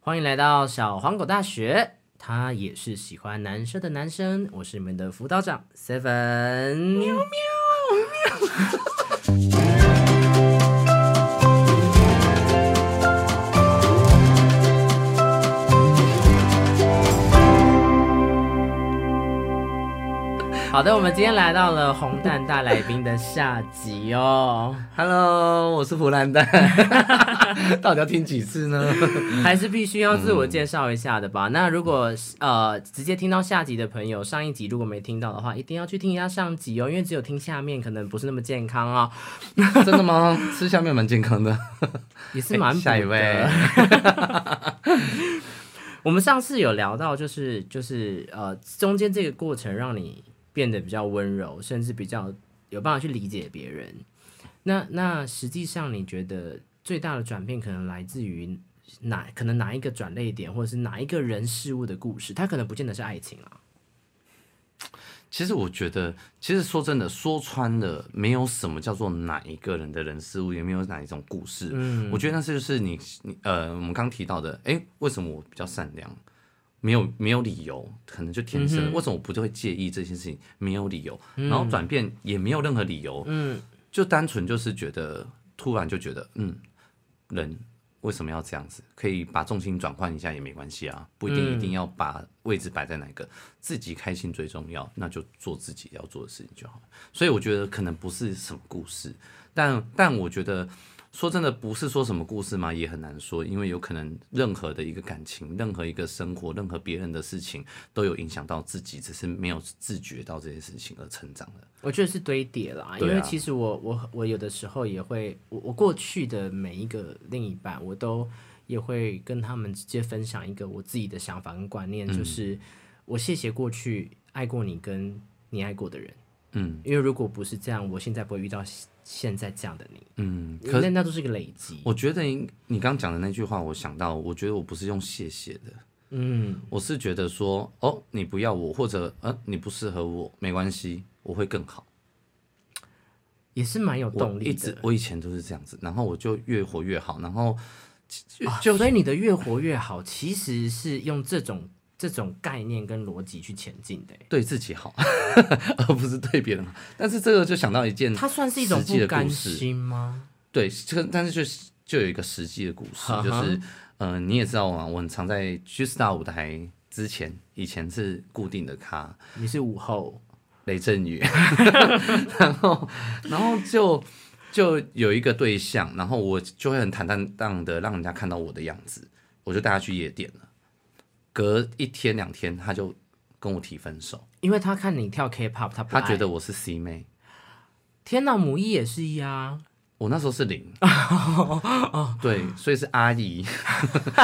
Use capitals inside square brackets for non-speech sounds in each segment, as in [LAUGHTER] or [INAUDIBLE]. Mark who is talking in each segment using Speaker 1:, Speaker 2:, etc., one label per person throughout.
Speaker 1: 欢迎来到小黄狗大学，他也是喜欢男生的男生，我是你们的辅导长 Seven。喵喵喵。好的，我们今天来到了红蛋大来宾的下集哦，
Speaker 2: Hello，我是胡兰蛋，
Speaker 1: [LAUGHS]
Speaker 2: 到底要听几次呢？
Speaker 1: 还是必须要自我介绍一下的吧。那如果呃直接听到下集的朋友，上一集如果没听到的话，一定要去听一下上集哦，因为只有听下面可能不是那么健康哦，
Speaker 2: [LAUGHS] 真的吗？吃下面蛮健康 [LAUGHS] 的。
Speaker 1: 也是蛮、补
Speaker 2: 哎下一
Speaker 1: 的
Speaker 2: 位。
Speaker 1: 我们上次有聊到、就是，就是呃中间这个过程让你变得比较温柔，甚至比较有办法去理解别人。那那实际上你觉得最大的转变可能来自于哪？可能哪一个转泪点，或者是哪一个人事物的故事？它可能不见得是爱情啊。
Speaker 2: 其实我觉得，其实说真的，说穿了，没有什么叫做哪一个人的人事物，也没有哪一种故事。嗯，我觉得那是就是你你呃，我们刚提到的，诶，为什么我比较善良？没有没有理由，可能就天生的。为什么我不就会介意这件事情？没有理由，然后转变也没有任何理由，
Speaker 1: 嗯，
Speaker 2: 就单纯就是觉得突然就觉得，嗯，人为什么要这样子？可以把重心转换一下也没关系啊，不一定一定要把位置摆在哪个，自己开心最重要，那就做自己要做的事情就好了。所以我觉得可能不是什么故事，但但我觉得。说真的，不是说什么故事嘛，也很难说，因为有可能任何的一个感情、任何一个生活、任何别人的事情，都有影响到自己，只是没有自觉到这些事情而成长的。
Speaker 1: 我觉得是堆叠啦，因
Speaker 2: 对啊
Speaker 1: 为其实我我我有的时候也会，我我过去的每一个另一半，我都也会跟他们直接分享一个我自己的想法跟观念，
Speaker 2: 嗯
Speaker 1: 就是我谢谢过去爱过你跟你爱过的人，
Speaker 2: 嗯
Speaker 1: 因为如果不是这样，我现在不会遇到现现在这样的你，
Speaker 2: 嗯，可
Speaker 1: 那那都是一个累积。
Speaker 2: 我觉得你你刚讲的那句话，我想到，我觉得我不是用谢谢的，
Speaker 1: 嗯，
Speaker 2: 我是觉得说，哦，你不要我，或者呃，你不适合我，没关系，我会更好。
Speaker 1: 也是蛮有
Speaker 2: 我
Speaker 1: 动
Speaker 2: 一
Speaker 1: 力
Speaker 2: 直
Speaker 1: 的。
Speaker 2: 我以前都是这样子，然后我就越活越好，然后就
Speaker 1: 啊
Speaker 2: 就
Speaker 1: 所以你的越活越好，其实是用这种这种概念跟逻辑去前进的欸、
Speaker 2: 对自己好， [LAUGHS] 而不是对别人好。但是这个就想到一件，
Speaker 1: 它算是一种
Speaker 2: 嗯实际
Speaker 1: 不
Speaker 2: 的故
Speaker 1: 甘
Speaker 2: 事
Speaker 1: 心吗？
Speaker 2: 对，这个但是就是就有一个实际的故事
Speaker 1: 哈哈，
Speaker 2: 就是呃，你也知道嘛，我很常在 G Star 舞台之前，以前是固定的咖，
Speaker 1: 你是午后，
Speaker 2: 雷阵雨， [LAUGHS] 然后然后就就有一个对象，然后我就会很坦荡荡的让人家看到我的样子，我就带他去夜店了。隔一天两天，他就跟我提分手，
Speaker 1: 因为他看你跳 K-pop，他不
Speaker 2: 他
Speaker 1: 爱
Speaker 2: 觉得我是 C 妹，
Speaker 1: 天哪，母一也是一啊，
Speaker 2: 我那时候是
Speaker 1: [LAUGHS]
Speaker 2: 零，
Speaker 1: 哦
Speaker 2: 对，所以是阿姨， [LAUGHS]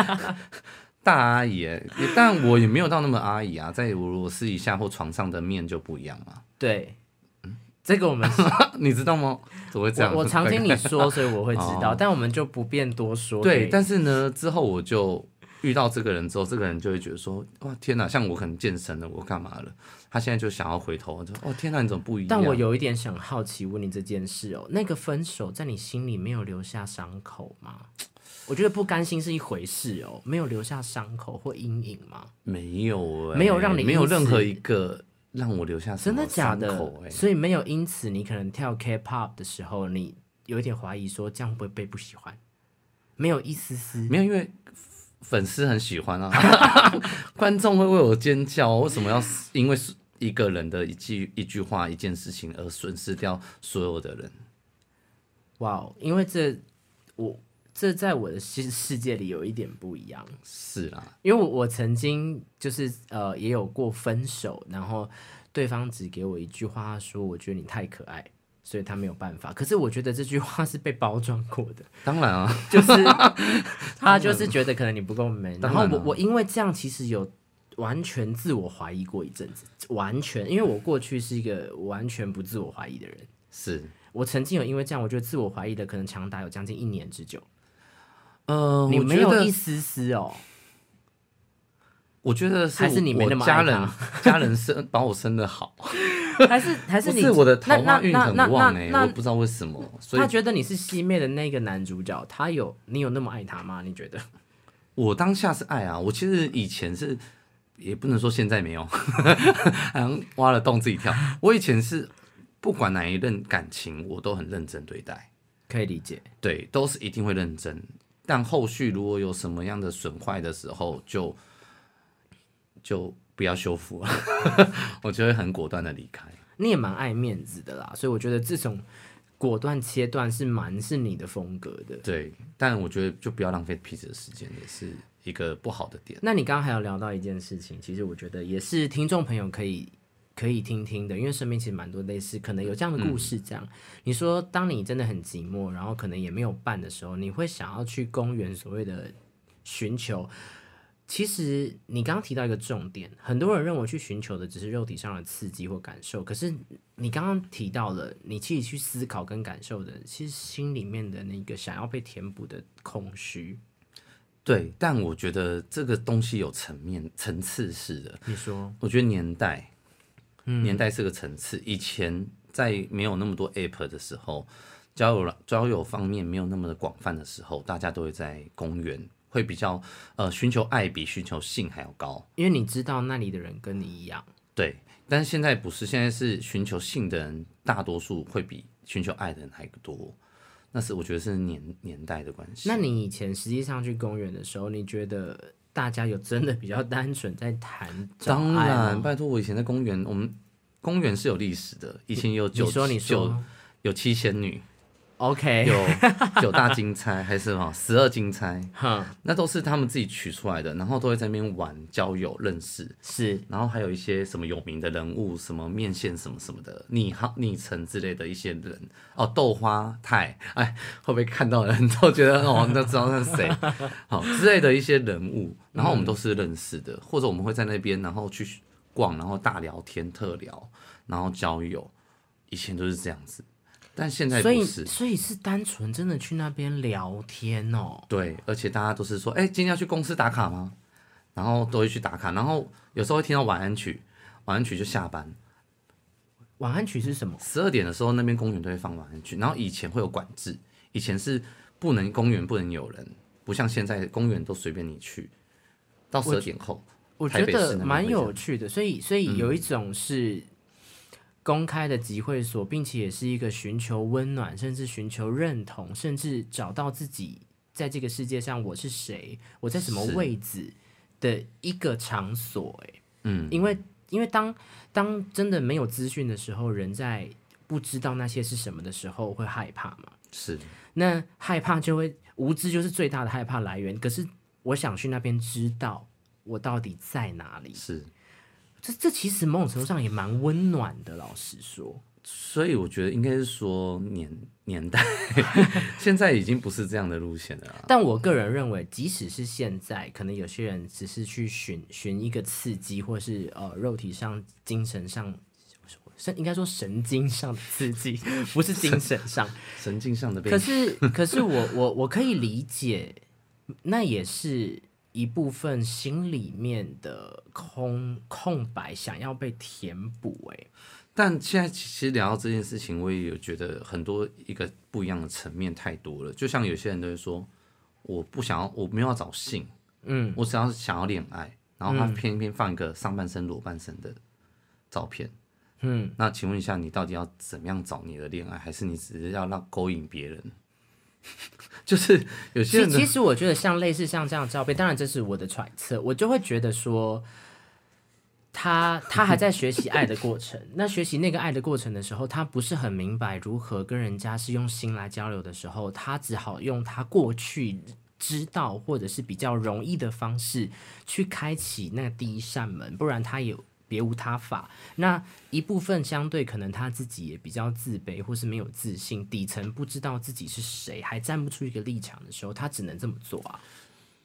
Speaker 2: 大阿姨耶，但我也没有到那么阿姨啊，在我私底下或床上的面就不一样嘛， [LAUGHS]
Speaker 1: 对，这个我们
Speaker 2: 你知道吗？怎么会嗯 [LAUGHS] 这样？
Speaker 1: 我我常听你说，所以我会知道，但我们就不便多说。
Speaker 2: [LAUGHS] 哦对，但是呢，之后我就遇到这个人之后，这个人就会觉得说，哇，天哪！像我可能健身了，我干嘛了？他现在就想要回头，就哦，天哪，你怎么不一样？
Speaker 1: 但我有一点想好奇问你这件事哦，那个分手在你心里没有留下伤口吗？我觉得不甘心是一回事哦，没有留下伤口或阴影吗？
Speaker 2: 没有、欸，
Speaker 1: 没有让你
Speaker 2: 没有
Speaker 1: 因此
Speaker 2: 任何一个让我留下什
Speaker 1: 真
Speaker 2: 么
Speaker 1: 的假的？
Speaker 2: 伤口、欸。
Speaker 1: 所以没有因此你可能跳 K-pop 的时候，你有一点怀疑说这样会不会被不喜欢？没有一丝丝
Speaker 2: 没有，因为粉丝很喜欢啊， [LAUGHS] 观众会为我尖叫，为什么要因为是一个人的一句一句话、一件事情而损失掉所有的人？
Speaker 1: 哇哦，因为这我这在我的世世界里有一点不一样，
Speaker 2: 是啊啦，
Speaker 1: 因为我我曾经就是呃也有过分手，然后对方只给我一句话他说：“我觉得你太可爱。”所以他没有办法，可是我觉得这句话是被包装过的，
Speaker 2: 当然啊，
Speaker 1: 就是他就是觉得可能你不够 man，然
Speaker 2: 当
Speaker 1: 后
Speaker 2: 然
Speaker 1: 我
Speaker 2: 啊
Speaker 1: 我因为这样其实有完全自我怀疑过一阵子，完全因为我过去是一个完全不自我怀疑的人，
Speaker 2: 是。
Speaker 1: 我曾经有因为这样，我觉得自我怀疑的可能长达有将近一年之久。
Speaker 2: 呃，
Speaker 1: 你
Speaker 2: 我
Speaker 1: 没
Speaker 2: 觉
Speaker 1: 有
Speaker 2: 得
Speaker 1: 一丝丝哦，
Speaker 2: 我觉得
Speaker 1: 还是你没
Speaker 2: 我
Speaker 1: 那么爱
Speaker 2: 家
Speaker 1: 他
Speaker 2: 人家人生把我生的好，
Speaker 1: 还是还是
Speaker 2: 不
Speaker 1: 你
Speaker 2: 是我的桃
Speaker 1: 那
Speaker 2: 花运很
Speaker 1: 那
Speaker 2: 旺
Speaker 1: 那
Speaker 2: 哎、
Speaker 1: 那
Speaker 2: 我
Speaker 1: 那
Speaker 2: 不知道为什么，所以
Speaker 1: 他觉得你是西妹的那个男主角，他有你有那么爱他吗？你觉得？
Speaker 2: 我当下是爱啊，我其实以前是，也不能说现在没有， [LAUGHS] 好像挖了洞自己跳。我以前是不管哪一任感情，我都很认真对待，
Speaker 1: 可以理解。
Speaker 2: 对，都是一定会认真。但后续如果有什么样的损坏的时候，就就不要修复了， [LAUGHS] 我就会很果断的离开。
Speaker 1: 你也蛮爱面子的啦，所以我觉得自从果断切断是蛮是你的风格的。
Speaker 2: 对，但我觉得就不要浪费彼此的时间，也是一个不好的点。
Speaker 1: 那你刚刚还有聊到一件事情，其实我觉得也是听众朋友可以可以听听的，因为身边其实蛮多类似，可能有这样的故事。这样，你说当你真的很寂寞，然后可能也没有伴的时候，你会想要去公园所谓的寻求。其实你刚刚提到一个重点，很多人认为去寻求的只是肉体上的刺激或感受，可是你刚刚提到了，你自己去思考跟感受的，其实心里面的那个想要被填补的空虚。
Speaker 2: 对，但我觉得这个东西有层面层次式的。
Speaker 1: 你说，
Speaker 2: 我觉得年代，
Speaker 1: 嗯
Speaker 2: 年代是个层次。以前在没有那么多 app 的时候，交友软交友方面没有那么的广泛的时候，大家都会在公园会比较呃寻求爱比寻求性还要高。
Speaker 1: 因为你知道那里的人跟你一样。
Speaker 2: 对，但是现在不是，现在是寻求性的人大多数会比寻求爱的人还多。那是我觉得是年年代的关系。
Speaker 1: 那你以前实际上去公园的时候，你觉得大家有真的比较单纯在
Speaker 2: [LAUGHS]
Speaker 1: 谈找
Speaker 2: 当
Speaker 1: 爱
Speaker 2: 然，
Speaker 1: 吗，
Speaker 2: 拜托，我以前在公园，我们公园是有历史的，以前有九
Speaker 1: 你说你
Speaker 2: 九
Speaker 1: 说
Speaker 2: 有七仙女， [LAUGHS]
Speaker 1: ，OK，
Speaker 2: 有九大金钗，还是哈十二金钗，
Speaker 1: 哼，
Speaker 2: 那都是他们自己取出来的，然后都会在那边玩交友认识，
Speaker 1: 是
Speaker 2: 然后还有一些什么有名的人物，什么面线什么什么的，昵号昵称之类的一些人哦，豆花太，哎，会不会看到的人都觉得哦，那知道那是谁，好之类的一些人物，然后我们都是认识的，或者我们会在那边然后去逛，然后大聊天特聊，然后交友，以前都是这样子，但现在
Speaker 1: 所以
Speaker 2: 不是。
Speaker 1: 所以是单纯真的去那边聊天哦，
Speaker 2: 对，而且大家都是说，哎、今天要去公司打卡吗？然后都会去打卡，然后有时候会听到晚安曲，晚安曲就下班，
Speaker 1: 晚安曲是什么？
Speaker 2: 十二点的时候那边公园都会放晚安曲，然后以前会有管制，以前是不能公园不能有人，不像现在公园都随便你去，到十二点后，
Speaker 1: 我
Speaker 2: 台
Speaker 1: 觉
Speaker 2: 北市那
Speaker 1: 得
Speaker 2: 边
Speaker 1: 蛮
Speaker 2: 会嗯
Speaker 1: 有趣的，所以所以有一种是公开的集会所，并且也是一个寻求温暖，甚至寻求认同，甚至找到自己在这个世界上我是谁，我在什么
Speaker 2: 是
Speaker 1: 位置的一个场所、欸。
Speaker 2: 嗯，
Speaker 1: 因为因为当当真的没有资讯的时候，人在不知道那些是什么的时候会害怕嘛，
Speaker 2: 是
Speaker 1: 那害怕就会无知就是最大的害怕来源。可是我想去那边知道我到底在哪里。
Speaker 2: 是，
Speaker 1: 这这其实某种程度上也蛮温暖的，老实说。
Speaker 2: 所以我觉得应该是说年年代， [LAUGHS] 现在已经不是这样的路线了啊、
Speaker 1: 但我个人认为，即使是现在，可能有些人只是去寻寻一个刺激，或是呃肉体上、精神上，神应该说神经上的刺激， [LAUGHS] 不是精神上。
Speaker 2: 神经上的被
Speaker 1: 可是，可是我我我可以理解，那也是一部分心里面的空空白，想要被填补、欸。
Speaker 2: 但现在其实聊到这件事情，我也有觉得很多一个不一样的层面太多了。就像有些人都会说，我不想要，我没有要找性，
Speaker 1: 嗯，
Speaker 2: 我只要想要恋爱，然后他偏偏放一个上半身裸半身的照片。
Speaker 1: 嗯，
Speaker 2: 那请问一下，你到底要怎么样找你的恋爱，还是你只是要让勾引别人？ [LAUGHS] 就是有些
Speaker 1: 其
Speaker 2: 人的
Speaker 1: 其实我觉得像类似像这样的照片，当然这是我的揣测，我就会觉得说，他他还在学习爱的过程。那学习那个爱的过程的时候，他不是很明白如何跟人家是用心来交流的时候，他只好用他过去知道或者是比较容易的方式去开启那第一扇门，不然他也。别无他法。那一部分相对可能他自己也比较自卑，或是没有自信，底层不知道自己是谁，还站不出一个立场的时候，他只能这么做啊。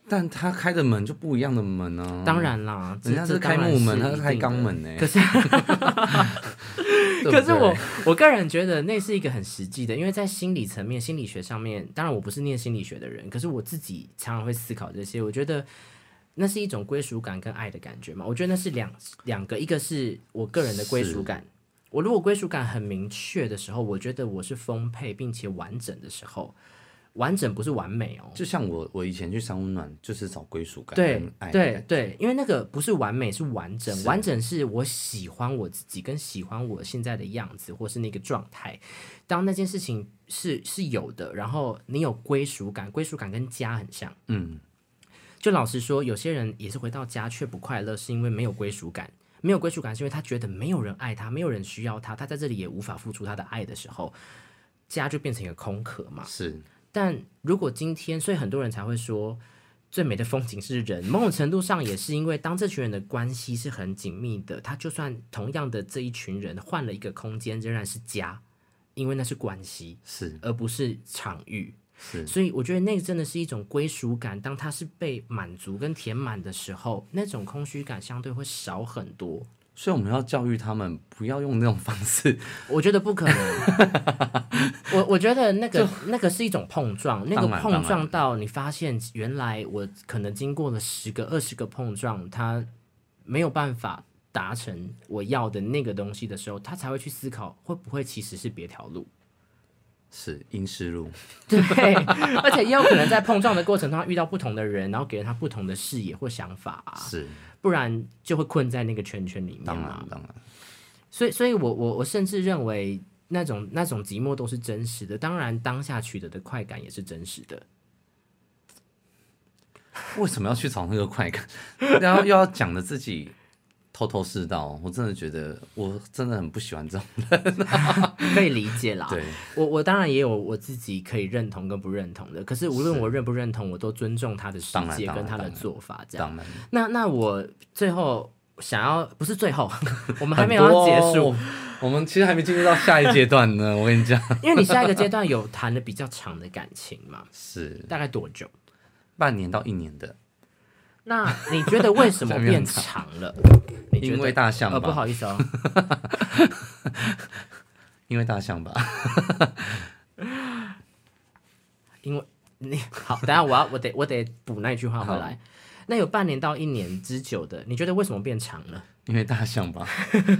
Speaker 2: 但他开的门就不一样的门呢、
Speaker 1: 当然啦，这
Speaker 2: 嗯人家
Speaker 1: 这
Speaker 2: 是开
Speaker 1: 当然
Speaker 2: 木门，
Speaker 1: 是
Speaker 2: 他是开
Speaker 1: 一定
Speaker 2: 肛
Speaker 1: 的
Speaker 2: 门欸呢、
Speaker 1: 可是
Speaker 2: 对不
Speaker 1: [LAUGHS] 可是我
Speaker 2: 对
Speaker 1: 我个人觉得那是一个很实际的，因为在心理层面、心理学上面，当然我不是念心理学的人，可是我自己常常会思考这些。我觉得那是一种归属感跟爱的感觉嘛。我觉得那是两两个，一个是我个人的归属感。我如果归属感很明确的时候，我觉得我是丰沛并且完整的时候，完整不是完美哦。
Speaker 2: 就像我，我以前去三温暖就是找归属感
Speaker 1: 对
Speaker 2: 跟爱，
Speaker 1: 对对，因为那个不是完美，是完整。完整是我喜欢我自己，跟喜欢我现在的样子，或是那个状态。当那件事情是是有的，然后你有归属感，归属感跟家很像。
Speaker 2: 嗯，
Speaker 1: 就老实说，有些人也是回到家却不快乐，是因为没有归属感。没有归属感是因为他觉得没有人爱他，没有人需要他，他在这里也无法付出他的爱的时候，家就变成一个空壳嘛。
Speaker 2: 是
Speaker 1: 但如果今天，所以很多人才会说，最美的风景是人。某种程度上也是因为，当这群人的关系是很紧密的，他就算同样的这一群人换了一个空间，仍然是家，因为那是关系，
Speaker 2: 是
Speaker 1: 而不是场域。
Speaker 2: 是，
Speaker 1: 所以我觉得那个真的是一种归属感。当它是被满足跟填满的时候，那种空虚感相对会少很多。
Speaker 2: 所以我们要教育他们不要用那种方式，
Speaker 1: 我觉得不
Speaker 2: [LAUGHS]
Speaker 1: 可能。我我觉得那个那个是一种碰撞，那个
Speaker 2: 当然
Speaker 1: 碰撞到你发现原来我可能经过了十个、二十个碰撞，它没有办法达成我要的那个东西的时候，他才会去思考会不会其实是别条
Speaker 2: [LAUGHS]
Speaker 1: 路。
Speaker 2: 是阴湿路，
Speaker 1: 对，而且也有可能在碰撞的过程中他遇到不同的人，然后给了他不同的视野或想法啊、
Speaker 2: 是
Speaker 1: 不然就会困在那个圈圈里面啊
Speaker 2: 当
Speaker 1: 嘛
Speaker 2: 然。当然，
Speaker 1: 所以，所以我我我甚至认为那种那种寂寞都是真实的，当然当下取得的快感也是真实的。
Speaker 2: 为什么要去找那个快感？然后又要讲的自己头头是道，我真的觉得我真的很不喜欢这种，
Speaker 1: 可以理解啦。
Speaker 2: [LAUGHS] 对，
Speaker 1: 我我当然也有我自己可以认同跟不认同的，可是无论我认不认同，我都尊重他的世
Speaker 2: 当然
Speaker 1: 界
Speaker 2: 当然
Speaker 1: 跟他的
Speaker 2: 当然
Speaker 1: 做法。这样，
Speaker 2: 当然
Speaker 1: 那那我最后想要不是最
Speaker 2: [LAUGHS]
Speaker 1: 后，我们还没有要结
Speaker 2: 很多
Speaker 1: 束，
Speaker 2: 哦我们其实还没进入到下一阶段呢，我跟你讲，
Speaker 1: 因为你下一个阶段有谈的比较长的感情嘛，
Speaker 2: 是
Speaker 1: 大概多久？
Speaker 2: 半年到一年的，
Speaker 1: 那你觉得为
Speaker 2: [LAUGHS]
Speaker 1: 什么
Speaker 2: 下面很
Speaker 1: 变长了？你觉得
Speaker 2: 因为大象吧，
Speaker 1: 呃不好意思哦，
Speaker 2: 因为大象吧，
Speaker 1: 因为你 [LAUGHS] 好，等一下我要我得我得补那一句话回来。那有半年到一年之久的，你觉得为什么变长了？
Speaker 2: 因为大象吧，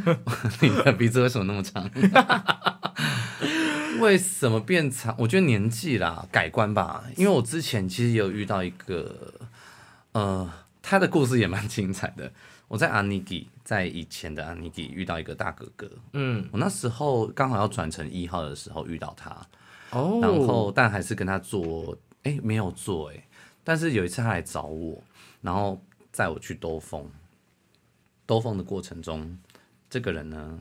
Speaker 2: [LAUGHS] 你的鼻子为什么那么长？ [LAUGHS] 为什么变长？我觉得年纪啦，改观吧。因为我之前其实也有遇到一个，呃，他的故事也蛮精彩的。我在阿尼基，在以前的阿尼基遇到一个大哥哥，
Speaker 1: 嗯，
Speaker 2: 我那时候刚好要转成一号的时候遇到他，
Speaker 1: 哦，
Speaker 2: 然后但还是跟他做，哎、没有做、哎，但是有一次他来找我，然后载我去兜风，兜风的过程中，这个人呢，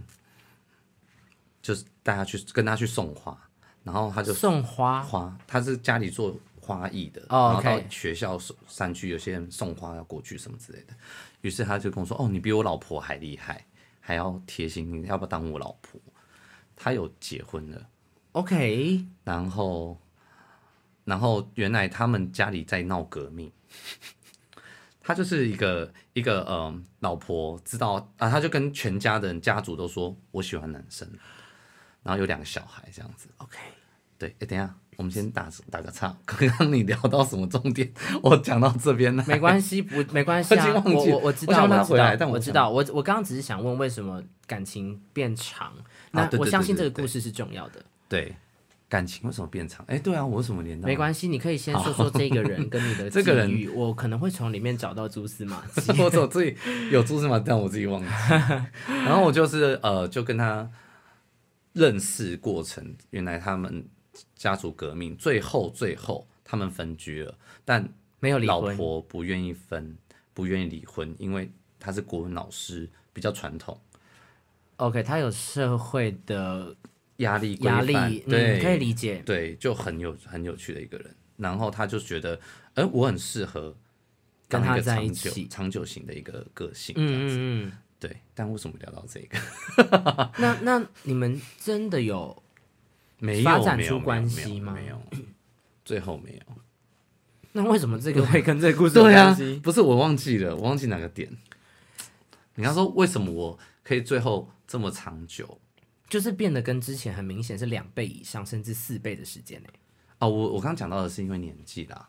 Speaker 2: 就是带他去跟他去送花，然后他就
Speaker 1: 送花，
Speaker 2: 花，他是家里做花艺的，
Speaker 1: 哦
Speaker 2: 然后到
Speaker 1: OK
Speaker 2: 学校山区有些人送花要过去什么之类的，于是他就跟我说：“哦，你比我老婆还厉害，还要贴心，你要不要当我老婆？”他有结婚了。
Speaker 1: ，OK，
Speaker 2: 然后，然后原来他们家里在闹革命， [LAUGHS] 他就是一个一个嗯、呃老婆知道啊，他就跟全家的人家族都说我喜欢男生，然后有两个小孩这样子。
Speaker 1: OK，
Speaker 2: 对，哎，等一下，我们先打打个岔， [LAUGHS] 刚刚你聊到什么重点？ [LAUGHS] 我讲到这边了，
Speaker 1: 没关系，不没关系
Speaker 2: [LAUGHS] 我已
Speaker 1: 啊，
Speaker 2: 经
Speaker 1: 我
Speaker 2: 忘记
Speaker 1: 我我知
Speaker 2: 我
Speaker 1: 道，
Speaker 2: 想
Speaker 1: 我
Speaker 2: 拉
Speaker 1: 知
Speaker 2: 回来
Speaker 1: 道
Speaker 2: 但我
Speaker 1: 我
Speaker 2: 想
Speaker 1: 知道，我我刚刚只是想问为什么感情变长，那
Speaker 2: 啊对
Speaker 1: 我
Speaker 2: 对
Speaker 1: 相
Speaker 2: 对
Speaker 1: 信
Speaker 2: 对
Speaker 1: 这个
Speaker 2: 对
Speaker 1: 故事是重要的，
Speaker 2: 对，感情为什么变长？哎，对啊，我为什么连到？
Speaker 1: 没关系，你可以先说说这个人跟
Speaker 2: [LAUGHS]
Speaker 1: 你的
Speaker 2: 这个人。
Speaker 1: 际遇，我可能会从里面找到蛛丝 [LAUGHS] 马迹
Speaker 2: 我走自己有蛛丝马迹，但我自己忘记。然后我就是呃，就跟他认识过程，原来他们家族革命，最后最后他们分居了，但
Speaker 1: 没有离
Speaker 2: 老
Speaker 1: 婚，
Speaker 2: 婆不愿意分，不愿意离婚，因为她是国文老师，比较传统，
Speaker 1: OK，他有社会的
Speaker 2: 压力规
Speaker 1: 压
Speaker 2: 范
Speaker 1: 力，
Speaker 2: 对、
Speaker 1: 嗯，可以理解。
Speaker 2: 对，就很有很有趣的一个人。然后他就觉得，哎、我很适合
Speaker 1: 跟
Speaker 2: 当
Speaker 1: 他
Speaker 2: 一个
Speaker 1: 在一
Speaker 2: 长久
Speaker 1: 起
Speaker 2: 长久型的一个个性，这样子。
Speaker 1: 嗯嗯
Speaker 2: 对，但为什么聊到这个？
Speaker 1: 嗯， [LAUGHS] 那那你们真的有
Speaker 2: 没
Speaker 1: 发
Speaker 2: 有
Speaker 1: 展
Speaker 2: 没有
Speaker 1: 出
Speaker 2: 没有
Speaker 1: 关
Speaker 2: 没
Speaker 1: 系
Speaker 2: 有
Speaker 1: 吗
Speaker 2: 没有， [COUGHS] 最后没有。
Speaker 1: 那为什么这个会啊跟这个故事有关系？
Speaker 2: 不是我忘记了，我忘记哪个点。你刚说为什么我可以最后这么长久
Speaker 1: 就是变得跟之前很明显是两倍以上，甚至四倍的时间欸呢、
Speaker 2: 哦，我我刚刚讲到的是因为年纪啦，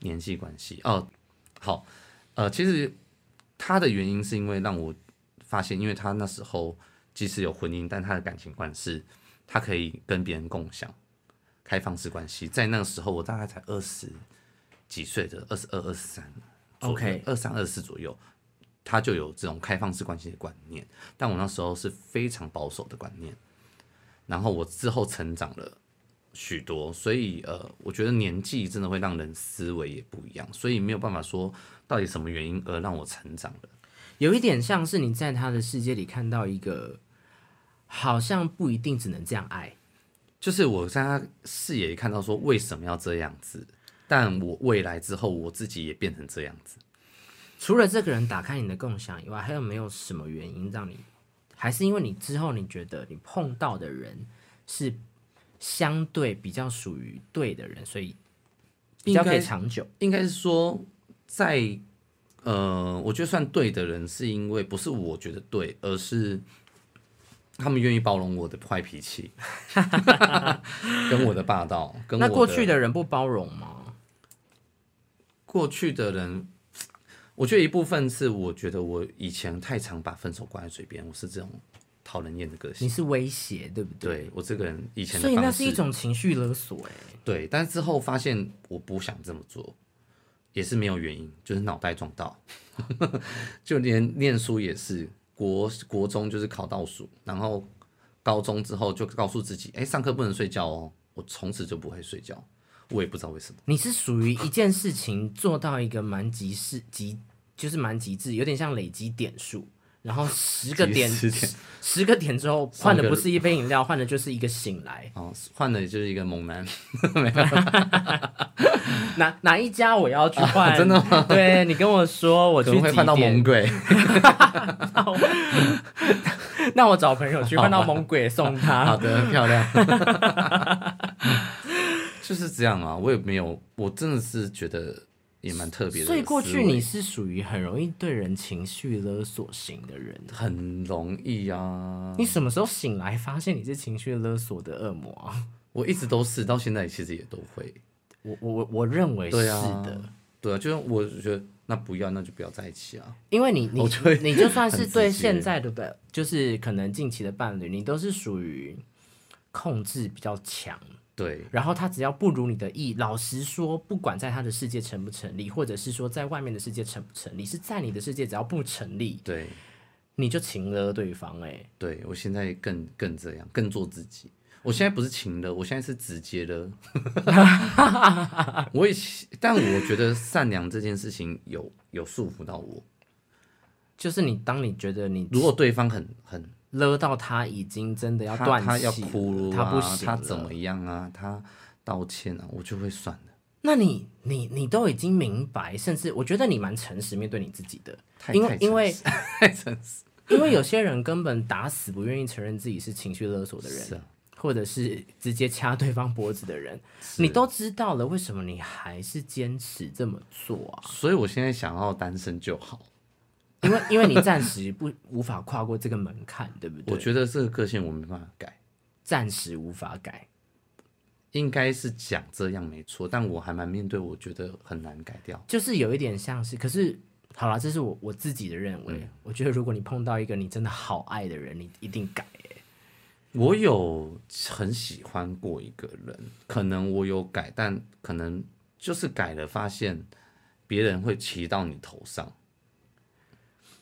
Speaker 2: 年纪关系哦。好，呃，其实他的原因是因为让我发现，因为他那时候即使有婚姻，但他的感情观是，他可以跟别人共享，开放式关系。在那个时候，我大概才二十几岁的，二十二、二十三
Speaker 1: OK
Speaker 2: 二三、二四左右，他就有这种开放式关系的观念。但我那时候是非常保守的观念，然后我之后成长了。许多，所以呃，我觉得年纪真的会让人思维也不一样，所以没有办法说到底什么原因而让我成长了。
Speaker 1: 有一点像是你在他的世界里看到一个，好像不一定只能这样爱。
Speaker 2: 就是我在他视野里看到说为什么要这样子，但我未来之后我自己也变成这样子。
Speaker 1: 除了这个人打开你的共享以外，还有没有什么原因让你？还是因为你之后你觉得你碰到的人是相对比较属于对的人，所以比较可以
Speaker 2: 应该
Speaker 1: 长久。
Speaker 2: 应该是说在呃，我觉得算对的人，是因为不是我觉得对，而是他们愿意包容我的坏脾气， [LAUGHS] 跟我的霸道，跟我
Speaker 1: 那
Speaker 2: 的
Speaker 1: 过去的人不包容吗？
Speaker 2: 过去的人。我觉得一部分是我觉得我以前太常把分手挂在嘴边，我是这种讨人厌的个性
Speaker 1: 你。是威胁，对不对？
Speaker 2: 对我这个人以前的
Speaker 1: 所以那
Speaker 2: 方
Speaker 1: 是
Speaker 2: 式
Speaker 1: 一种情绪勒索、哎，
Speaker 2: 对，但之后发现我不想这么做，也是没有原因，就是脑袋撞到， [LAUGHS] 就连念书也是，国国中就是考倒数，然后高中之后就告诉自己，哎，上课不能睡觉哦，我从此就不会睡觉，我也不知道为什么，
Speaker 1: 你是属于一件事情做到一个蛮极致极，就是蛮极致，有点像累积点数，然后十
Speaker 2: [LAUGHS]
Speaker 1: 个点，
Speaker 2: 十点
Speaker 1: 十个点之后换的不是一杯饮料，换的就是一个醒来。
Speaker 2: 哦，换的就是一个猛男，
Speaker 1: 哪哪一家我要
Speaker 2: 啊
Speaker 1: 去换、真的吗？对你跟我说，我
Speaker 2: 可
Speaker 1: 去
Speaker 2: 能会
Speaker 1: 几
Speaker 2: 换到
Speaker 1: 点 [LAUGHS]
Speaker 2: 猛鬼，
Speaker 1: 那我找朋友
Speaker 2: [LAUGHS]
Speaker 1: 去换到猛鬼送他。
Speaker 2: 好的，漂亮。 [LAUGHS] 就是这样啊，我也没有，我真的是觉得也蛮特别的思维。
Speaker 1: 所以过去你是属于很容易对人情绪勒索型的人。
Speaker 2: 很容易啊，
Speaker 1: 你什么时候醒来发现你是情绪勒索的恶魔啊？
Speaker 2: 我一直都是，到现在其实也都会。
Speaker 1: 我我我我认为是
Speaker 2: 对啊，
Speaker 1: 的，，
Speaker 2: 对啊，就是我觉得那不要，那就不要在一起啊。
Speaker 1: 因为你你
Speaker 2: 我就会
Speaker 1: 你就算
Speaker 2: 很
Speaker 1: 是
Speaker 2: 直
Speaker 1: 对
Speaker 2: 接
Speaker 1: 现在的的，就是可能近期的伴侣，你都是属于控制比较强，
Speaker 2: 对，
Speaker 1: 然后他只要不如你的意，老实说，不管在他的世界成不成立，或者是说在外面的世界成不成立，是在你的世界只要不成立，
Speaker 2: 对，
Speaker 1: 你就情勒对方、欸。
Speaker 2: 对我现在更更这样，更做自己。我现在不是情了，我现在是直
Speaker 1: [LAUGHS]
Speaker 2: 接了。我也希，但我觉得善良这件事情有有束缚到我。
Speaker 1: 就是你当你觉得你
Speaker 2: 如果对方很很
Speaker 1: 勒到他已经真的要
Speaker 2: 他
Speaker 1: 断气
Speaker 2: 他
Speaker 1: 了，
Speaker 2: 要哭了、
Speaker 1: 他
Speaker 2: 啊，
Speaker 1: 不行
Speaker 2: 他
Speaker 1: 了
Speaker 2: 怎么样啊？他道歉啊，我就会算了。
Speaker 1: 那你你你都已经明白，甚至我觉得你蛮诚实面对你自己的，
Speaker 2: 太
Speaker 1: 因
Speaker 2: 太
Speaker 1: 为
Speaker 2: 诚
Speaker 1: 因为
Speaker 2: 实 [LAUGHS] 太诚实
Speaker 1: 因为有些人根本打死不愿意承认自己是情绪勒索的人，
Speaker 2: 是啊
Speaker 1: 或者是直接掐对方脖子的人，你都知道了，为什么你还是坚持这么做啊？
Speaker 2: 所以我现在想要单身就好。
Speaker 1: 因为因为你暂时不无法跨过这个门槛，对不对？
Speaker 2: 我觉得这个个性我没办法改，
Speaker 1: 暂时无法改。
Speaker 2: 应该是讲这样没错，但我还蛮面对，我觉得很难改掉。
Speaker 1: 就是有一点像是，可是好啦，这是我我自己的认
Speaker 2: 嗯
Speaker 1: 为。我觉得如果你碰到一个你真的好爱的人，你一定改、欸。
Speaker 2: 我有很喜欢过一个人，可能我有改，但可能就是改了，发现别人会骑到你头上，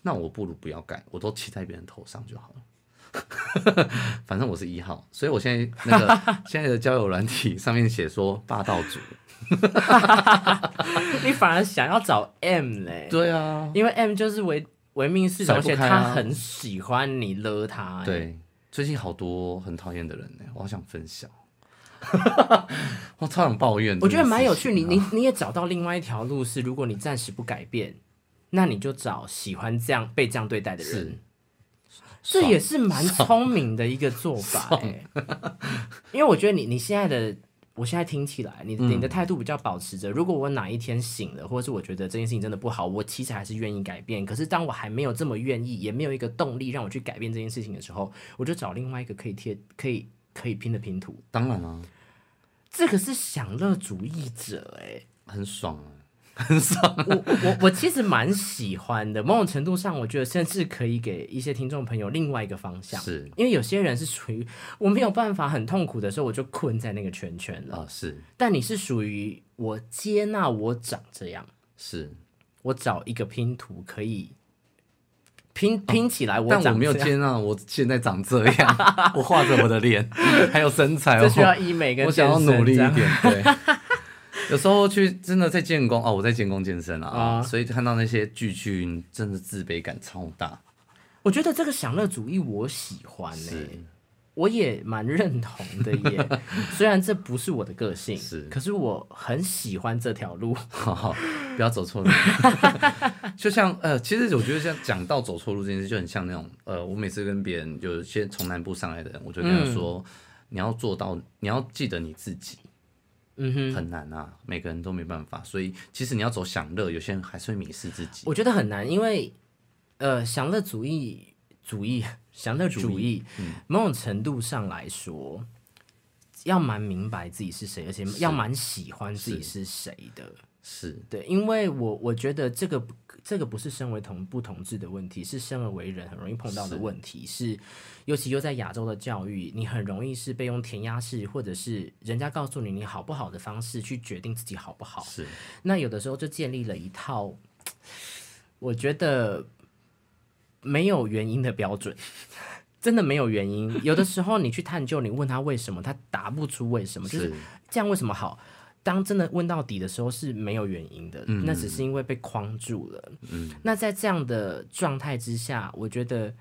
Speaker 2: 那我不如不要改，我都骑在别人头上就好了。 [LAUGHS] 反正我是一号，所以我现在那个 [LAUGHS] 现在的交友软体上面写说霸道主，
Speaker 1: 你反而想要找 M 嘞、
Speaker 2: 对啊，
Speaker 1: 因为 M 就是唯唯命是从，
Speaker 2: 甩
Speaker 1: 而
Speaker 2: 不
Speaker 1: 且
Speaker 2: 开
Speaker 1: 他
Speaker 2: 啊
Speaker 1: 很喜欢你勒他、欸。，
Speaker 2: 对，最近好多很讨厌的人呢，我好想分享， [LAUGHS] 我超想抱怨。
Speaker 1: 我觉得
Speaker 2: 这件
Speaker 1: 蛮有
Speaker 2: 事
Speaker 1: 趣。
Speaker 2: 情
Speaker 1: 你你你也找到另外一条路是，如果你暂时不改变，那你就找喜欢这样被这样对待的
Speaker 2: 是
Speaker 1: 人。这也是蛮聪明的一个做法、欸，因为我觉得你你现在的，我现在听起来，你你的态度比较保持着，如果我哪一天醒了，或者是我觉得这件事情真的不好，我其实还是愿意改变。可是当我还没有这么愿意，也没有一个动力让我去改变这件事情的时候，我就找另外一个可以贴可以可以拼的拼图。
Speaker 2: 当然啊，
Speaker 1: 这个是享乐主义者哎、
Speaker 2: 很爽啊，很爽。
Speaker 1: 我我我其实蛮喜欢的，某种程度上，我觉得甚至可以给一些听众朋友另外一个方向，
Speaker 2: 是
Speaker 1: 因为有些人是属于我没有办法很痛苦的时候，我就困在那个圈圈了。
Speaker 2: 啊、是
Speaker 1: 但你是属于我接纳我长这样，
Speaker 2: 是，
Speaker 1: 我找一个拼图可以拼拼起来我
Speaker 2: 哦但
Speaker 1: 长这
Speaker 2: 我
Speaker 1: 样，
Speaker 2: 没有接纳我现在长这样， [LAUGHS] 我画着我的脸，还有身材，
Speaker 1: 这需要
Speaker 2: 我
Speaker 1: 医美跟
Speaker 2: 哦我想要
Speaker 1: 健身
Speaker 2: 努力一
Speaker 1: 这样
Speaker 2: 点。对， [LAUGHS] 有时候去真的在建工哦，我在建工健身啊，
Speaker 1: 啊
Speaker 2: 所以看到那些巨巨，真的自卑感超大。
Speaker 1: 我觉得这个享乐主义我喜欢呢、我也蛮认同的
Speaker 2: [LAUGHS]
Speaker 1: 耶。虽然这不是我的个性，
Speaker 2: 是
Speaker 1: 可是我很喜欢这条路。
Speaker 2: 好好，不要走错路。 [LAUGHS] 就像呃，其实我觉得像讲到走错路这件事，就很像那种呃，我每次跟别人有些从南部上来的人，我就跟他说，你要做到，你要记得你自己。
Speaker 1: 嗯
Speaker 2: 哼，很难啊，每个人都没办法，所以其实你要走享乐，有些人还是会迷失自己。
Speaker 1: 我觉得很难，因为呃，享乐主义主义享乐主义，嗯某种程度上来说，要蛮明白自己是谁，而且要蛮喜欢自己是谁的。
Speaker 2: 是
Speaker 1: 对，因为我我觉得这个不这个不是身为同不同志的问题，是生而为人很容易碰到的问题。是，尤其又在亚洲的教育，你很容易是被用填鸭式或者是人家告诉你你好不好的方式去决定自己好不好。
Speaker 2: 是，
Speaker 1: 那有的时候就建立了一套，我觉得没有原因的标准， [LAUGHS] 真的没有原因。有的时候你去探究，你问他为什么，他答不出为什么，就是
Speaker 2: 是
Speaker 1: 这样为什么好。当真的问到底的时候是没有原因的，那只是因为被框住了。那在这样的状态之下，我觉得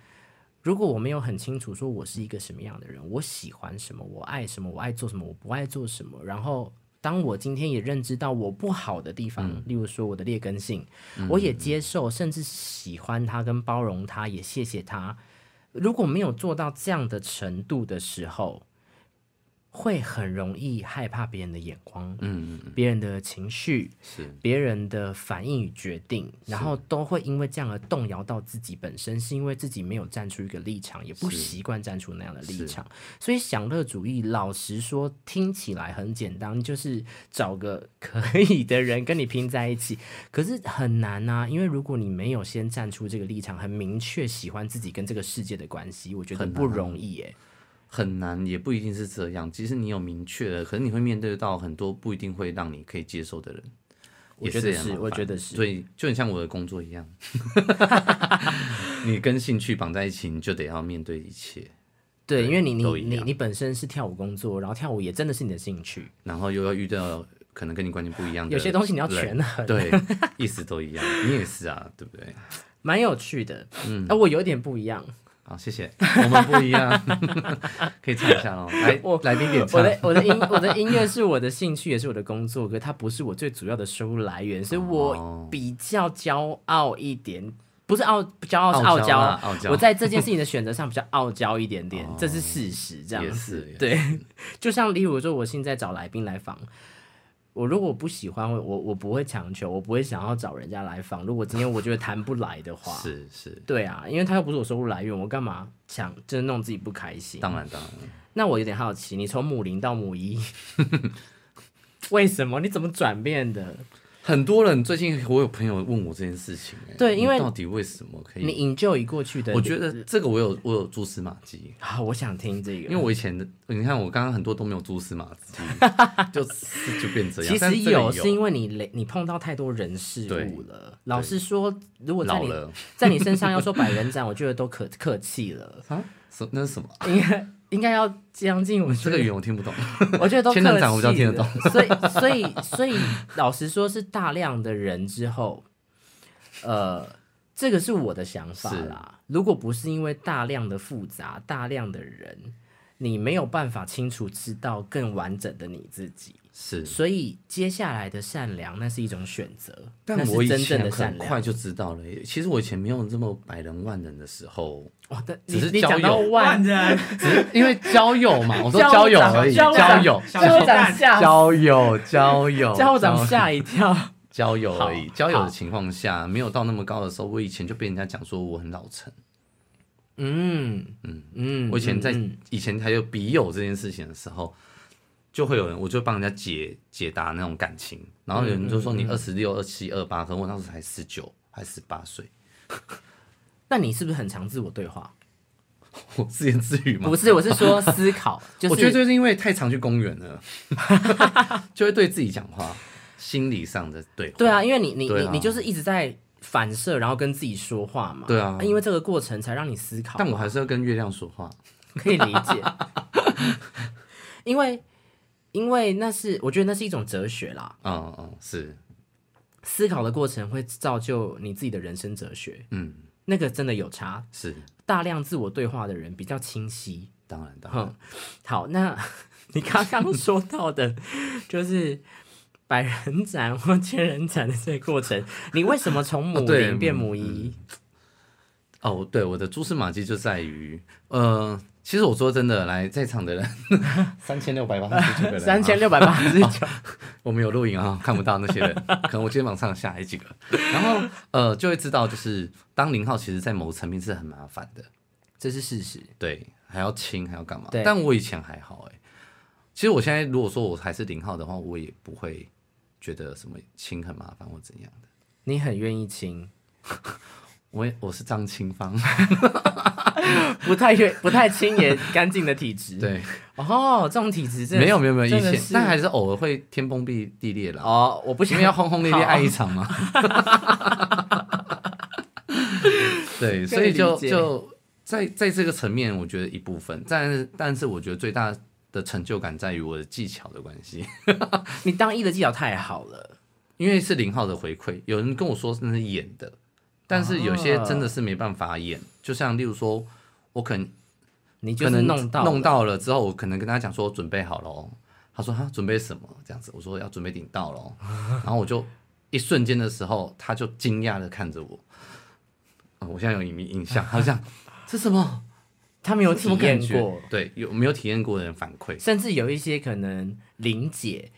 Speaker 1: 如果我没有很清楚说我是一个什么样的人，我喜欢什么，我爱什么，我爱做什么，我不爱做什么，然后当我今天也认知到我不好的地方，例如说我的劣根性，我也接受，甚至喜欢它跟包容它，也谢谢它。如果没有做到这样的程度的时候，会很容易害怕别人的眼光，
Speaker 2: 嗯，
Speaker 1: 别人的情绪，
Speaker 2: 是
Speaker 1: 别人的反应与决定，然后都会因为这样而动摇到自己本身，是因为自己没有站出一个立场，也不习惯站出那样的立场。所以享乐主义，老实说，听起来很简单，就是找个可以的人跟你拼在一起，可是很难呐、因为如果你没有先站出这个立场，很明确喜欢自己跟这个世界的关系，我觉得不容易耶、
Speaker 2: 很难，也不一定是这样。即使你有明确的，可是你会面对到很多不一定会让你可以接受的人。
Speaker 1: 我觉得
Speaker 2: 也是很
Speaker 1: 是，
Speaker 2: 麻
Speaker 1: 我
Speaker 2: 烦
Speaker 1: 觉得是。
Speaker 2: 所以就很像我的工作一
Speaker 1: [LAUGHS]
Speaker 2: 样， [LAUGHS] 你跟兴趣绑在一起，你就得要面对一切，
Speaker 1: 对，因为你你
Speaker 2: 都一
Speaker 1: 你
Speaker 2: 样
Speaker 1: 你本身是跳舞工作，然后跳舞也真的是你的兴趣，
Speaker 2: 然后又要遇到可能跟你观念不一样的，
Speaker 1: 有些东西你要权衡， [LAUGHS]
Speaker 2: 对，意思都一样，你也是啊，对不对？
Speaker 1: 蛮有趣的。嗯，啊，我有点不一
Speaker 2: [LAUGHS]
Speaker 1: 样，
Speaker 2: 好，谢谢，我们不一样， [LAUGHS] 可以唱一下哦，来
Speaker 1: 我，
Speaker 2: 来宾点
Speaker 1: 我
Speaker 2: 唱，
Speaker 1: 的我的音我的音乐是我的兴趣，也是我的工作，可是它不是我最主要的收入来源，所以
Speaker 2: 哦
Speaker 1: 我比较骄傲一点。不是傲骄傲是
Speaker 2: 傲
Speaker 1: 傲
Speaker 2: 娇啦傲娇哦
Speaker 1: 娇，我在这件事情的选择上比较傲娇一点点，
Speaker 2: [LAUGHS]
Speaker 1: 这是事实。这样
Speaker 2: 也是
Speaker 1: 子
Speaker 2: 也是，
Speaker 1: 对，就像例如说，我现在找来宾来访，我如果不喜欢，我我我不会强求，我不会想要找人家来访。如果今天我觉得谈不来的话，
Speaker 2: [LAUGHS] 是是，
Speaker 1: 对啊，因为他又不是我收入来源，我干嘛想就是弄自己不开心？
Speaker 2: 当然当然，
Speaker 1: 那我有点好奇，你从母零到母一， [LAUGHS] 为什么？你怎么转变的？
Speaker 2: 很多人最近我有朋友问我这件事情、哎
Speaker 1: 对
Speaker 2: 你
Speaker 1: 因为
Speaker 2: 到底为什么可
Speaker 1: 你
Speaker 2: 以？
Speaker 1: enjoy 过去的？
Speaker 2: 我觉得这个我有我有蛛丝马迹，
Speaker 1: 好，我想听这个，
Speaker 2: 因为我以前的，你看我刚刚很多都没有蛛丝马迹，就是就变这样。
Speaker 1: 其
Speaker 2: 但
Speaker 1: 实
Speaker 2: 是这个有
Speaker 1: 是因为你累，你碰到太多人事物了。老实说，如果在
Speaker 2: 老
Speaker 1: 你
Speaker 2: 了
Speaker 1: [LAUGHS] 在你身上要说百人斩，我觉得都可客气了，
Speaker 2: 啊？什那是什么？
Speaker 1: 应该应该要将近我觉
Speaker 2: 这个
Speaker 1: 得。
Speaker 2: 语言我听不懂。
Speaker 1: [LAUGHS] 我觉得都
Speaker 2: 千
Speaker 1: 客
Speaker 2: 人斩我
Speaker 1: 气
Speaker 2: 比较听得
Speaker 1: 了所以所以所以，老实说，是大量的人之后，呃，这个是我的想法
Speaker 2: 是
Speaker 1: 啦。如果不是因为大量的复杂、大量的人，你没有办法清楚知道更完整的你自己。
Speaker 2: 是，
Speaker 1: 所以接下来的善良，那是一种选择，
Speaker 2: 但
Speaker 1: 那
Speaker 2: 我
Speaker 1: 是
Speaker 2: 以
Speaker 1: 真正
Speaker 2: 前
Speaker 1: 的善
Speaker 2: 很
Speaker 1: 良。
Speaker 2: 快就知道了耶。其实我以前没有这么百人万人的时候，
Speaker 1: 哇，但
Speaker 2: 只
Speaker 1: 你
Speaker 2: 是
Speaker 1: 你
Speaker 2: 交
Speaker 1: 讲到
Speaker 2: 友
Speaker 1: 万，
Speaker 3: 人，
Speaker 2: 只是因为交友嘛，我说
Speaker 1: 交
Speaker 2: 交友
Speaker 1: 长
Speaker 2: 而已，
Speaker 1: 交
Speaker 2: 交
Speaker 1: 长
Speaker 2: 友。
Speaker 3: 交
Speaker 1: 家
Speaker 3: 友
Speaker 1: 伙长吓死，
Speaker 2: 交友，交友，
Speaker 1: 家伙长
Speaker 2: 交
Speaker 1: 吓一跳。
Speaker 2: 交友而已。
Speaker 1: 好
Speaker 2: 交友的
Speaker 1: 好
Speaker 2: 情况下，没有到那么高的时候，我以前就被人家讲说我很老成。
Speaker 1: 嗯嗯嗯，
Speaker 2: 我以前在
Speaker 1: 嗯
Speaker 2: 以前还有笔友这件事情的时候，就会有人，我就帮人家解解答那种感情，然后有人
Speaker 1: 嗯
Speaker 2: 就说你二十六、二七、二八，可能我当时才十九，还十八岁， [LAUGHS]
Speaker 1: 那你是不是很常自我对话？
Speaker 2: 我自言自语嘛。
Speaker 1: 不是，我是说思
Speaker 2: [LAUGHS]
Speaker 1: 考，就是
Speaker 2: 我觉得就是因为太常去公园了， [LAUGHS] 就会对自己讲话，心理上的对话。
Speaker 1: 对啊，因为你你
Speaker 2: 对
Speaker 1: 你
Speaker 2: 啊
Speaker 1: 你就是一直在反射，然后跟自己说话嘛。
Speaker 2: 对啊
Speaker 1: 因为这个过程才让你思考，
Speaker 2: 但我还是要跟月亮说话。
Speaker 1: 可以理解。 [LAUGHS] 因为因为那是我觉得那是一种哲学啦，
Speaker 2: 嗯嗯，是，
Speaker 1: 思考的过程会造就你自己的人生哲学，
Speaker 2: 嗯
Speaker 1: 那个真的有差。
Speaker 2: 是，
Speaker 1: 大量自我对话的人比较清晰。
Speaker 2: 当然当然。
Speaker 1: 哼，好，那 [LAUGHS] 你刚刚说到的，就是百人斩或千人斩的这个过程，你为什么从母
Speaker 2: 哦对
Speaker 1: 零变母一？
Speaker 2: 哦，对，我的蛛丝马迹就在于，呃，其实我说真的，来在场
Speaker 1: [LAUGHS]
Speaker 2: 的人三千六百八十九个人，啊
Speaker 1: 三千六百八十九，
Speaker 2: 哦我们有录影啊，看不到那些人，可能我肩膀上下来几个，然后呃，就会知道，就是当零号，其实在某层面是很麻烦的，
Speaker 1: 这是事实。
Speaker 2: 对，还要清，还要干嘛
Speaker 1: 对？
Speaker 2: 但我以前还好哎、其实我现在如果说我还是零号的话，我也不会觉得什么清很麻烦或怎样的。
Speaker 1: 你很愿意亲，
Speaker 2: 我也我是张清芳， [LAUGHS]
Speaker 1: 不太愿不太亲也干净的体质。，
Speaker 2: [LAUGHS] 对，
Speaker 1: 哦，这种体质真的
Speaker 2: 没有没有没有，以
Speaker 1: 真的
Speaker 2: 前
Speaker 1: 是
Speaker 2: 但还是偶尔会天崩地地裂啦。
Speaker 1: 哦，我不
Speaker 2: 因
Speaker 1: 想
Speaker 2: 为要轰轰烈烈
Speaker 1: 好
Speaker 2: 爱
Speaker 1: [LAUGHS]
Speaker 2: 一场嘛。对，所以就
Speaker 1: 可以理解
Speaker 2: 就在在这个层面，我觉得一部分，但是但是我觉得最大的成就感在于我的技巧的关系， [LAUGHS]
Speaker 1: 你当一的技巧太好了，
Speaker 2: 因为是零号的回馈，有人跟我说那是演的，但是有些真
Speaker 1: 啊
Speaker 2: 的是没办法演，就像例如说。我可能
Speaker 1: 你就
Speaker 2: 可
Speaker 1: 是
Speaker 2: 能
Speaker 1: 弄到
Speaker 2: 弄到了之后，我可能跟他讲说我准备好了哦，他说他准备什么这样子，我说要准备顶
Speaker 1: [LAUGHS]
Speaker 2: 到了哦，然后我就一瞬间的时候，他就惊讶的看着我，啊，我现在有影
Speaker 1: [LAUGHS]
Speaker 2: 影像，好像这什么
Speaker 1: 他没有
Speaker 2: 这什
Speaker 1: 体
Speaker 2: 么感
Speaker 1: 验
Speaker 2: 觉
Speaker 1: 过，？
Speaker 2: 对，有没有体验过的人反馈？
Speaker 1: 甚至有一些可能零姐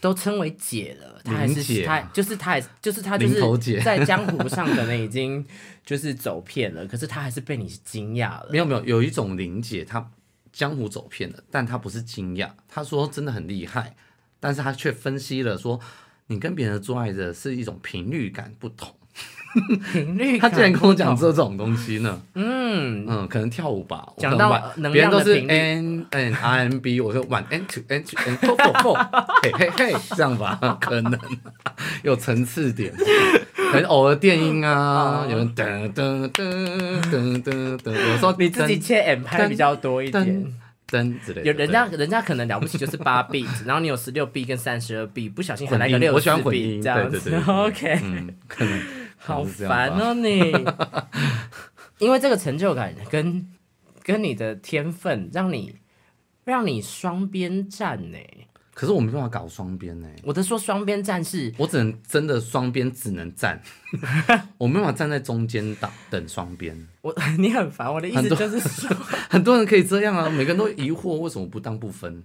Speaker 1: 都称为姐了，她还
Speaker 2: 零
Speaker 1: 是
Speaker 2: 姐
Speaker 1: 她
Speaker 2: 啊
Speaker 1: 就是她还就是她就
Speaker 2: 零头
Speaker 1: 是
Speaker 2: 姐
Speaker 1: 在江湖上可能已经就是走遍了，可是她还是被你惊讶了
Speaker 2: 没。有没有，有一种林姐她江湖走遍了，但她不是惊讶，她说真的很厉害，但是她却分析了说，你跟别人做爱的是一种频率感不同。
Speaker 1: 频率
Speaker 2: 他
Speaker 1: 感，
Speaker 2: 竟然跟我讲这种东西呢？
Speaker 1: 嗯，
Speaker 2: 嗯，可能跳舞吧。我
Speaker 1: 讲
Speaker 2: 可能
Speaker 1: 到
Speaker 2: 晚
Speaker 1: 能
Speaker 2: 别人
Speaker 1: 量的
Speaker 2: 都是
Speaker 1: 频率
Speaker 2: N N R M B，我说晚 N to N to N four four four，嘿嘿嘿，这样吧， [LAUGHS] 可能有层次点， [LAUGHS] 可能偶尔电音
Speaker 1: 哦
Speaker 2: 啊，有人噔噔噔噔噔噔，有时候
Speaker 1: 你自己切 M 拍
Speaker 2: 噔
Speaker 1: 比较多一
Speaker 2: 噔
Speaker 1: 点。
Speaker 2: 噔之类的。
Speaker 1: 有人家人家可能了不起就是八 bit，然后你有十六 bit 跟三十二 bit，不小心还来个
Speaker 2: 混音
Speaker 1: 六
Speaker 2: 我
Speaker 1: 十
Speaker 2: 喜欢混音
Speaker 1: bit 这样
Speaker 2: 对
Speaker 1: 子
Speaker 2: 对对对对
Speaker 1: [LAUGHS] ，OK，
Speaker 2: 对嗯，可能
Speaker 1: 好
Speaker 2: 可能是这样吧
Speaker 1: 烦哦
Speaker 2: [LAUGHS]
Speaker 1: 你。因为这个成就感跟跟你的天分，让你让你双边站呢、
Speaker 2: 可是我没办法搞双边呢，
Speaker 1: 我的说双边站是
Speaker 2: 我只能真的双边只
Speaker 1: [LAUGHS]
Speaker 2: 能站，我没办法站在中间等等双边。
Speaker 1: 我 [LAUGHS] 你很烦，我的意思
Speaker 2: 很多
Speaker 1: 就是说， [LAUGHS]
Speaker 2: 很多人可以这样啊，每个人都疑惑为什么不当不分？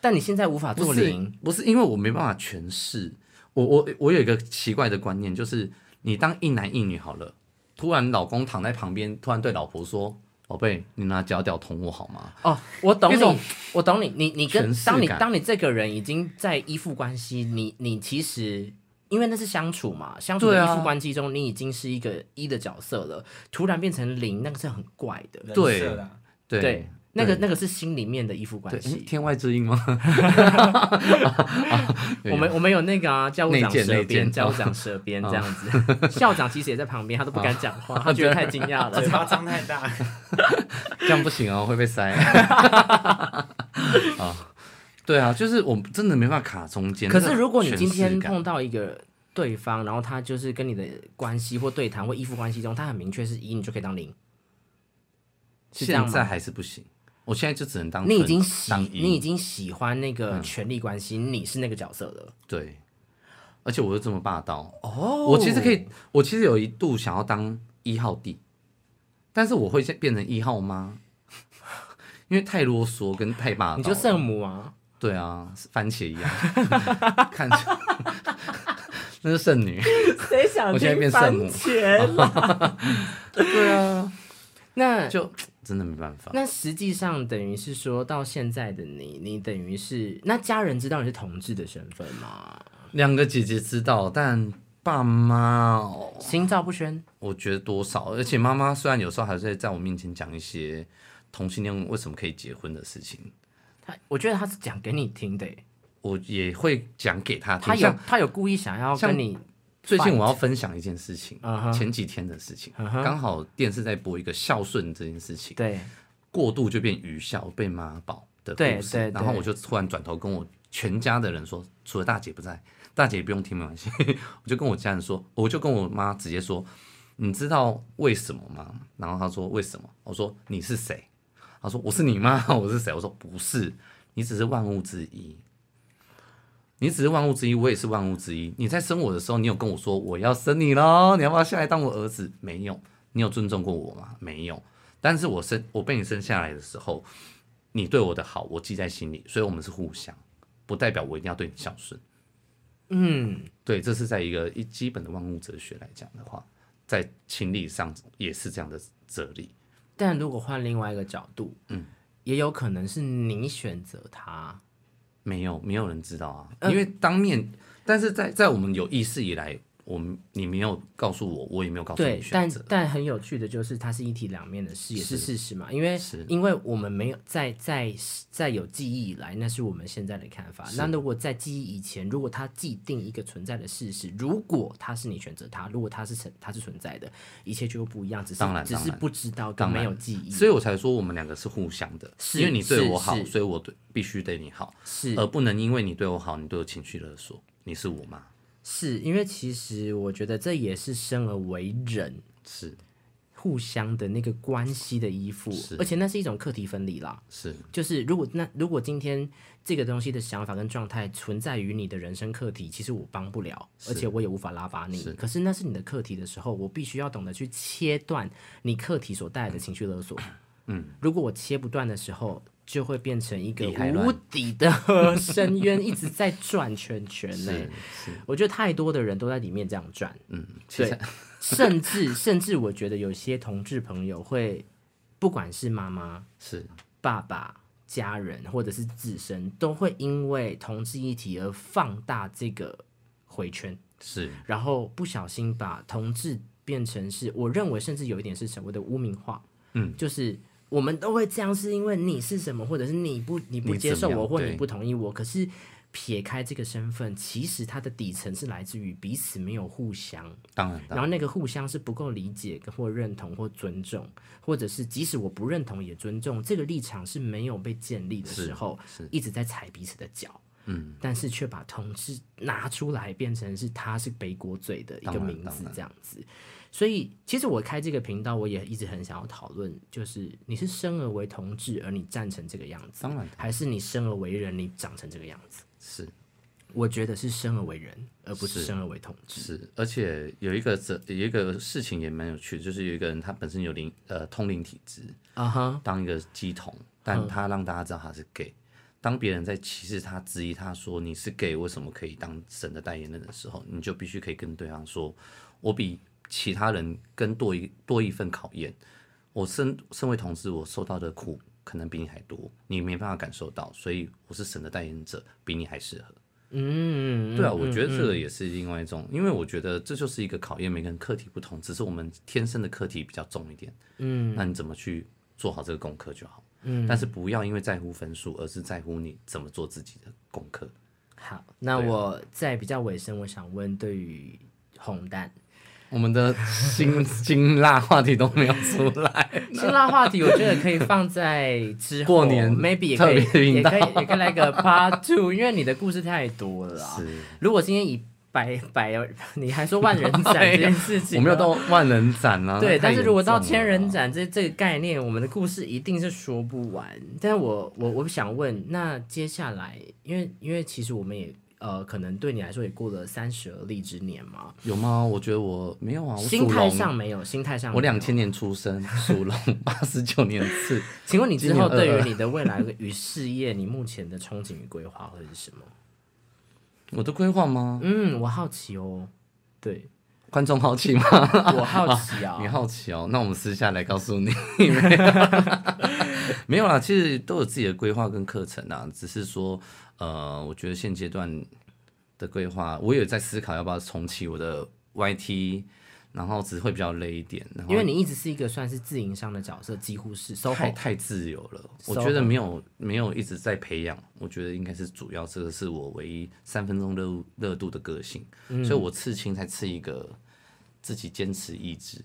Speaker 1: 但你现在无法
Speaker 2: 不
Speaker 1: 做
Speaker 2: 是
Speaker 1: 零，
Speaker 2: 不是因为我没办法诠释，我我我有一个奇怪的观念，就是你当一男一女好了，突然老公躺在旁边，突然对老婆说：“宝贝，你拿脚屌捅我好吗
Speaker 1: 哦，我懂
Speaker 2: 一种
Speaker 1: 你，我懂你，你你跟
Speaker 2: 诠释
Speaker 1: 当你
Speaker 2: 感
Speaker 1: 当你这个人已经在依附关系，你你其实因为那是相处嘛，相处
Speaker 2: 对
Speaker 1: 的
Speaker 2: 啊
Speaker 1: 依附关系中，你已经是一个一的角色了，突然变成零，那个是很怪的，
Speaker 3: 人
Speaker 2: 对
Speaker 3: 设啦，？”
Speaker 2: 对。
Speaker 1: 对，那个那个是心里面的依附关
Speaker 2: 对，诶
Speaker 1: 系。
Speaker 2: 天外之音吗？ [LAUGHS] 对
Speaker 1: 我们我们有那个啊，教务
Speaker 2: 内
Speaker 1: 长
Speaker 2: 建
Speaker 1: 舌
Speaker 2: 内
Speaker 1: 边，
Speaker 2: 建
Speaker 1: 教务长舌边这样 [LAUGHS] 子，校长其实也在旁边，他都不敢讲话，他觉得太惊讶了 [LAUGHS]
Speaker 3: 嘴。巴张太大，
Speaker 2: 这样不行哦，会
Speaker 1: [LAUGHS]
Speaker 2: 被塞。啊，对啊，就是我真的没办法卡中间。
Speaker 1: 可是
Speaker 2: 那个
Speaker 1: 如果你今
Speaker 2: 诠释
Speaker 1: 天
Speaker 2: 感
Speaker 1: 碰到一个对方，然后他就是跟你的关系或对谈或依附关系中，他很明确是一，你就可以当零。是这样
Speaker 2: 现
Speaker 1: 吗
Speaker 2: 在还是不行，我现在就只能当
Speaker 1: 你已
Speaker 2: 纯
Speaker 1: 经喜
Speaker 2: 当一
Speaker 1: 你已经喜欢那个权力关系，你是那个角色了。
Speaker 2: 对，而且我又这么霸道，
Speaker 1: 哦
Speaker 2: 我其实可以，我其实有一度想要当一号弟，但是我会先变成一号吗？ [LAUGHS] 因为太啰嗦跟太霸道了，
Speaker 1: 你就圣母啊，
Speaker 2: 对啊，是番茄一样， [LAUGHS] 看起来那是剩女，
Speaker 1: 谁想啊 [LAUGHS]
Speaker 2: 我现在变圣母
Speaker 1: 茄了？
Speaker 2: 对啊，
Speaker 1: 那
Speaker 2: 就真的没办法。
Speaker 1: 那实际上等于是说到现在的你，你等于是那家人知道你是同志的身份吗？
Speaker 2: 两个姐姐知道，但爸妈哦，
Speaker 1: 心照不宣。
Speaker 2: 我觉得多少，而且妈妈虽然有时候还是会在我面前讲一些同性恋为什么可以结婚的事情，
Speaker 1: 他我觉得他是讲给你听的耶，
Speaker 2: 我也会讲给她听。
Speaker 1: 他有
Speaker 2: 像
Speaker 1: 他有故意想要跟你
Speaker 2: 最近我要分享一件事情
Speaker 1: 嗯哼
Speaker 2: 前几天的事情，
Speaker 1: 嗯哼
Speaker 2: 刚好电视在播一个孝顺这件事情，
Speaker 1: 对
Speaker 2: 过度就变愚孝被妈宝的
Speaker 1: 对
Speaker 2: 故事
Speaker 1: 对，
Speaker 2: 然后
Speaker 1: 对
Speaker 2: 我就突然转头跟我全家的人说，除了大姐不在，大姐也不用听没关系， [LAUGHS] 我就跟我家人说，我就跟我妈直接说，你知道为什么吗？然后她说为什么？我说你是谁？她说我是你妈， [LAUGHS] 我是谁？我说不是，你只是万物之一。你只是万物之一，我也是万物之一。你在生我的时候，你有跟我说我要生你喽，你要不要下来当我儿子？没有。你有尊重过我吗？没有。但是我生我被你生下来的时候，你对我的好，我记在心里，所以我们是互相，不代表我一定要对你孝顺。嗯，对，这是在一个一基本的万物哲学来讲的话，在情理上也是这样的哲理。
Speaker 1: 但如果换另外一个角度，嗯，也有可能是你选择他，
Speaker 2: 没有，没有人知道
Speaker 1: 嗯
Speaker 2: 啊，因为当面，但是在在我们有意识以来，我们你没有告诉我，我也没有告诉
Speaker 1: 对
Speaker 2: 你，选
Speaker 1: 但
Speaker 2: 择。
Speaker 1: 但很有趣的就是，它是一体两面的事，也是事实嘛。因为
Speaker 2: 是
Speaker 1: 因为我们没有在在在有记忆以来，那是我们现在的看法。那如果在记忆以前，如果它既定一个存在的事实，如果它是你选择它，如果它是存它是存在的，一切就会不一样。只是
Speaker 2: 当然
Speaker 1: 只
Speaker 2: 当
Speaker 1: 是
Speaker 2: 然
Speaker 1: 不知道跟
Speaker 2: 当然
Speaker 1: 没有记忆，
Speaker 2: 所以我才说我们两个是互相的，
Speaker 1: 是
Speaker 2: 因为你对我好
Speaker 1: 是，是
Speaker 2: 所以我对必须对你好。
Speaker 1: 是
Speaker 2: 而不能因为你对我好，你对我情绪勒索，你是我妈，
Speaker 1: 是因为其实我觉得这也是生而为人
Speaker 2: 是
Speaker 1: 互相的那个关系的依附，而且那是一种课题分离啦。
Speaker 2: 是
Speaker 1: 就是如果那如果今天这个东西的想法跟状态存在于你的人生课题，其实我帮不了，而且我也无法拉拔你。可是那是你的课题的时候，我必须要懂得去切断你课题所带来的情绪勒索。嗯，如果我切不断的时候，就会变成一个
Speaker 2: 厉害
Speaker 1: 无底的 [LAUGHS] 深渊，一直在转圈圈呢、我觉得太多的人都在里面这样转。
Speaker 2: 嗯，其
Speaker 1: 对
Speaker 2: 实，
Speaker 1: 甚至甚至我觉得有些同志朋友会，不管是妈妈
Speaker 2: 是
Speaker 1: 爸爸、家人或者是自身，都会因为同志议题而放大这个回圈，
Speaker 2: 是
Speaker 1: 然后不小心把同志变成是我认为甚至有一点是所谓的污名化，嗯，就是。我们都会这样，是因为你是什么，或者是你不你不
Speaker 2: 你
Speaker 1: 接受
Speaker 2: 怎么
Speaker 1: 我，
Speaker 2: 样
Speaker 1: 或你
Speaker 2: 对
Speaker 1: 不同意我。可是撇开这个身份，其实它的底层是来自于彼此没有互相，
Speaker 2: 当然
Speaker 1: 然
Speaker 2: 当
Speaker 1: 后
Speaker 2: 然
Speaker 1: 那个互相是不够理解或认同或尊重，或者是即使我不认同也尊重，这个立场是没有被建立的时候，一直在踩彼此的脚。嗯，但是却把同志拿出来变成是他是背锅罪的一个
Speaker 2: 当然
Speaker 1: 名
Speaker 2: 当
Speaker 1: 字这样子，所以其实我开这个频道，我也一直很想要讨论，就是你是生而为同志，而你站成这个样子，
Speaker 2: 当然
Speaker 1: 还是你生而为人，你长成这个样子？
Speaker 2: 是
Speaker 1: 我觉得是生而为人，而不是
Speaker 2: 是嗯
Speaker 1: 生而为同志。
Speaker 2: 是，而且有一个这有一个事情也蛮有趣的，就是有一个人他本身有灵呃通灵体质，
Speaker 1: 啊哈，
Speaker 2: 当一个鸡童，但他让大家知道他是 gay。当别人在歧视他、质疑他说你是 gay，为什么可以当神的代言人的时候，你就必须可以跟对方说，我比其他人更多一多一份考验。我身身为同志，我受到的苦可能比你还多，你没办法感受到，所以我是神的代言者，比你还适合。
Speaker 1: 嗯，
Speaker 2: 对啊，
Speaker 1: 嗯
Speaker 2: 我觉得这个也是另外一种，因为我觉得这就是一个考验，每个人课题不同，只是我们天生的课题比较重一点。嗯，那你怎么去做好这个功课就好。嗯，但是不要因为在乎分数，而是在乎你怎么做自己的功课。
Speaker 1: 嗯好，那
Speaker 2: 对啊
Speaker 1: 我在比较尾声，我想问，对于红蛋
Speaker 2: 我们的 [LAUGHS] 辛辛辣话题都没有出来，
Speaker 1: 辛辣话题，我觉得可以放在之后
Speaker 2: 过年
Speaker 1: ，maybe 也
Speaker 2: 特
Speaker 1: 可以，
Speaker 2: 别频
Speaker 1: 也
Speaker 2: 道
Speaker 1: 可以，也可以来个 part two，因为你的故事太多了啊。
Speaker 2: 是
Speaker 1: 如果今天以百百，你还说万人斩这件事情，
Speaker 2: [LAUGHS] 我没有。到万人斩啊。
Speaker 1: 对，
Speaker 2: 那太
Speaker 1: 但是如果到
Speaker 2: 严重了
Speaker 1: 千
Speaker 2: 啊
Speaker 1: 人，斩这这个概念，我们的故事一定是说不完。但是我我我想问，那接下来，因为因为其实我们也呃，可能对你来说也过了三十而立之年嘛，
Speaker 2: 有吗？我觉得我没有啊，我
Speaker 1: 心
Speaker 2: 属
Speaker 1: 态
Speaker 2: 龙，
Speaker 1: 上没有，心态上
Speaker 2: 我
Speaker 1: 没有
Speaker 2: 两千。年出生，属龙八十九年次。
Speaker 1: 请问你之
Speaker 2: 今
Speaker 1: 后
Speaker 2: 年
Speaker 1: 对
Speaker 2: 22
Speaker 1: 于你的未来与事业，你目前的憧憬与规划
Speaker 2: [LAUGHS]
Speaker 1: 会是什么？
Speaker 2: 我的规划吗？ [LAUGHS]
Speaker 1: 嗯，我好奇哦。对，
Speaker 2: 观众好奇吗？
Speaker 1: 我好奇啊、
Speaker 2: 你好奇哦，那我们私下来告
Speaker 1: [LAUGHS]
Speaker 2: 诉你。没有，没有啦，其实都有自己的规划跟课程啊，只是说，呃，我觉得现阶段的规划，我也在思考要不要重启我的 YT，然后只会比较累一点，然后
Speaker 1: 因为你一直是一个算是自营商的角色，几乎是 SOHO
Speaker 2: 太太自由了，我
Speaker 1: SOHO
Speaker 2: 觉得没有没有一直在培养，我觉得应该是主要这个是我唯一三分钟热热度的个性，
Speaker 1: 嗯
Speaker 2: 所以我刺青才刺一个自己坚持意志。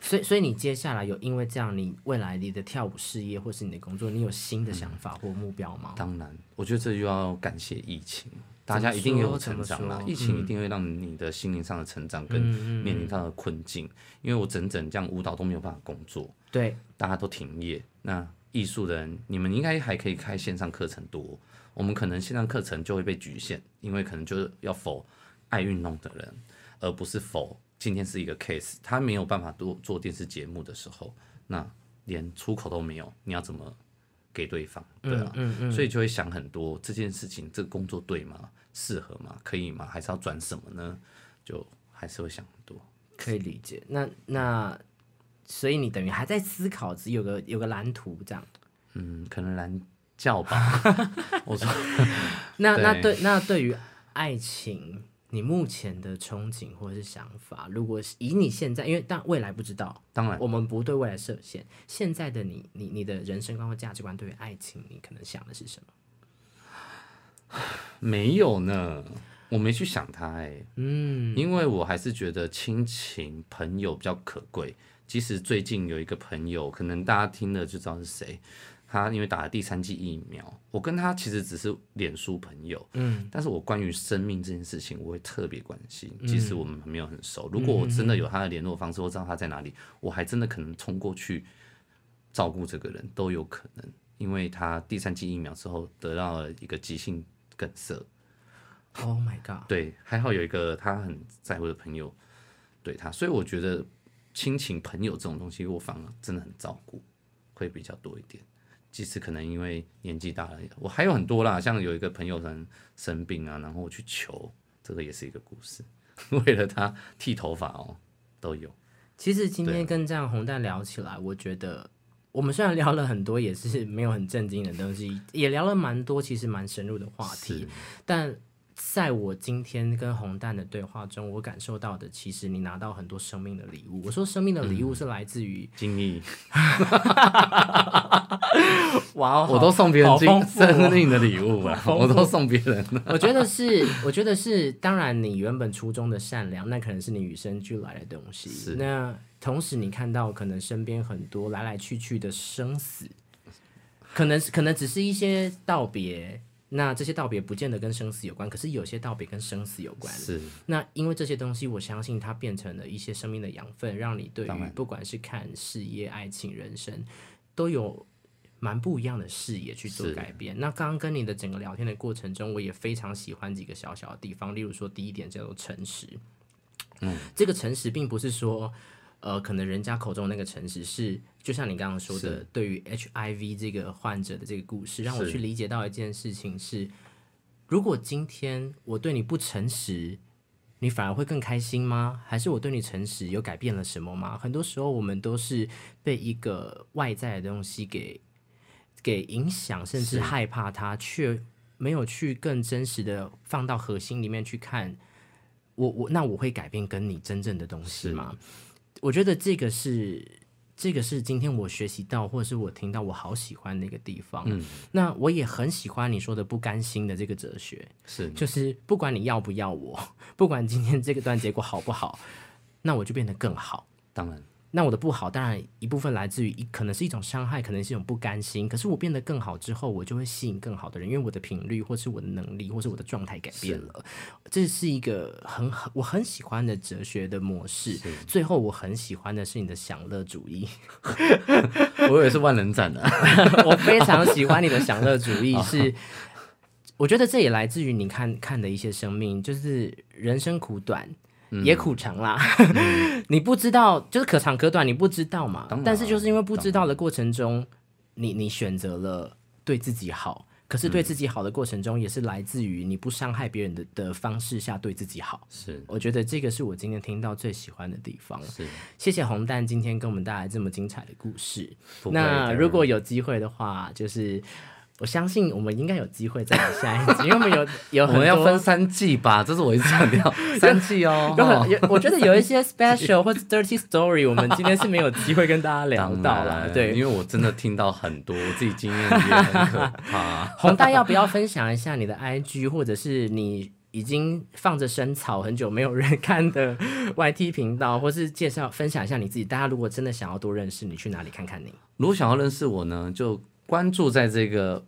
Speaker 1: 所以，所以你接下来有因为这样，你未来你的跳舞事业或是你的工作，你有新的想法或目标吗？
Speaker 2: 当然，我觉得这就要感谢疫情，大家一定有成长
Speaker 1: 怎么。
Speaker 2: 啦
Speaker 1: 说嗯
Speaker 2: 疫情一定会让你的心灵上的成长跟面临上的困境，因为我整整这样舞蹈都没有办法工作，
Speaker 1: 对，
Speaker 2: 大家都停业。那艺术的人，你们应该还可以开线上课程多，我们可能线上课程就会被局限，因为可能就是要否爱运动的人，而不是否今天是一个 case，他没有办法多做电视节目的时候，那连出口都没有，你要怎么给对方？对啊，所以就会想很多这件事情，这个工作对吗？适合吗？可以吗？还是要转什么呢？就还是会想很多。
Speaker 1: 可以理解。那那，所以你等于还在思考，只有个有个蓝图这样。
Speaker 2: 嗯，可能蓝教吧。我说
Speaker 1: 那那
Speaker 2: 对
Speaker 1: 对那对于爱情，你目前的憧憬或者是想法，如果是以你现在，因为但未来不知道，
Speaker 2: 当然，
Speaker 1: 我们不对未来设限。现在的你，你你的人生观或价值观对于爱情，你可能想的是什么？
Speaker 2: 没有呢，我没去想它哎、
Speaker 1: 嗯，
Speaker 2: 因为我还是觉得亲情朋友比较可贵。即使最近有一个朋友，可能大家听了就知道是谁，他因为打了第三剂疫苗，我跟他其实只是脸书朋友，嗯，但是我关于生命这件事情，我会特别关心，即使我们没有很熟，如果我真的有他的联络方式，我知道他在哪里，我还真的可能冲过去照顾这个人都有可能，因为他第三剂疫苗之后得到了一个急性梗塞，
Speaker 1: Oh my god！
Speaker 2: 对，还好有一个他很在乎的朋友对他，所以我觉得亲情朋友这种东西，我反而真的很照顾，会比较多一点。即使可能因为年纪大了，我还有很多啦，像有一个朋友可能生病啊，然后我去求，这个也是一个故事， [LAUGHS] 为了他剃头发哦，都有。
Speaker 1: 其实今
Speaker 2: 对
Speaker 1: 天跟这样红蛋聊起来，我觉得我们虽然聊了很多，也是没有很震惊的东西，也聊了蛮多，其实蛮深入的话题。但在我今天跟红蛋的对话中，我感受到的，其实你拿到很多生命的礼物。我说生命的礼物是来自于，
Speaker 2: 经历，
Speaker 1: 哇哦
Speaker 2: 我都送别人
Speaker 1: 好
Speaker 2: 经
Speaker 1: 丰富哦
Speaker 2: 生命的礼
Speaker 1: [LAUGHS]
Speaker 2: 物啊，我都送别人了。
Speaker 1: 我觉得是，我觉得是，当然你原本初衷的善良，那可能是你与生俱来的东西。那同时你看到可能身边很多来来去去的生死，可能可能只是一些道别。那这些道别不见得跟生死有关，可是有些道别跟生死有关。
Speaker 2: 是，
Speaker 1: 那因为这些东西，我相信它变成了一些生命的养分，让你对
Speaker 2: 当
Speaker 1: 于
Speaker 2: 然
Speaker 1: 不管是看事业、爱情、人生，都有蛮不一样的视野去做
Speaker 2: 是
Speaker 1: 改变。那刚刚跟你的整个聊天的过程中，我也非常喜欢几个小小的地方，例如说第一点叫做诚实。嗯，这个诚实并不是说。呃，可能人家口中那个诚实是，就像你刚刚说的，对于 HIV 这个患者的这个故事，让我
Speaker 2: 是
Speaker 1: 去理解到一件事情是，如果今天我对你不诚实，你反而会更开心吗？还是我对你诚实有改变了什么吗？很多时候我们都是被一个外在的东西给给影响，甚至害怕它，却没有去更真实的放到核心里面去看。我我那我会改变跟你真正的东西吗？我觉得这个是这个是今天我学习到，或者是我听到我好喜欢的一个地方。嗯，那我也很喜欢你说的不甘心的这个哲学。
Speaker 2: 是，
Speaker 1: 就是不管你要不要我， [LAUGHS] 不管今天这个段结果好不好，那我就变得更好。
Speaker 2: 当然，
Speaker 1: 那我的不好，当然一部分来自于一可能是一种伤害，可能是一种不甘心。可是我变得更好之后，我就会吸引更好的人，因为我的频率，或是我的能力，或是我的状态改变了。这是一个很很我很喜欢的哲学的模式。最后，我很喜欢的是你的享乐主义。
Speaker 2: 我以为是万啊人斩呢、
Speaker 1: [LAUGHS] 我非常喜欢你的享乐主
Speaker 2: [LAUGHS] 啊
Speaker 1: 义是。我觉得这也来自于你看看的一些生命，就是人生苦短，
Speaker 2: 嗯
Speaker 1: 也苦长啦。 [LAUGHS] 你不知道，就是可长可短，你不知道嘛
Speaker 2: 当然。啊
Speaker 1: 但是就是因为不知道的过程中，你你选择了对自己好，可
Speaker 2: 嗯
Speaker 1: 是对自己好的过程中，也是来自于你不伤害别人的的方式下对自己好。
Speaker 2: [LAUGHS] 是
Speaker 1: 我觉得这个是我今天听到最喜欢的地方。
Speaker 2: 是，
Speaker 1: 谢谢红蛋今天跟我们带来这么精彩的故事。
Speaker 2: 不会
Speaker 1: 那
Speaker 2: 的
Speaker 1: 如果有机会的话，就是我相信我们应该有机会再聊下一集，因为我们有有
Speaker 2: 我
Speaker 1: 很多
Speaker 2: 们要分三季吧，这是我一直
Speaker 1: [LAUGHS]
Speaker 2: 强调三季哦。
Speaker 1: 有
Speaker 2: 哈
Speaker 1: 很有，我觉得有一些 special 或者 dirty story，我们今天是没有机会跟大家聊
Speaker 2: 当
Speaker 1: 到啦。
Speaker 2: 然因
Speaker 1: 对，
Speaker 2: 为我真的听到很多，我自己经验也很可
Speaker 1: [LAUGHS]
Speaker 2: 怕。
Speaker 1: 红大要不要分享一下你的 IG，或者是你已经放着生草很久没有人看的 [LAUGHS] YT 频道，或是介绍分享一下你自己？大家如果真的想要多认识你，去哪里看看你？
Speaker 2: 如果想要认识我呢，就关注在这个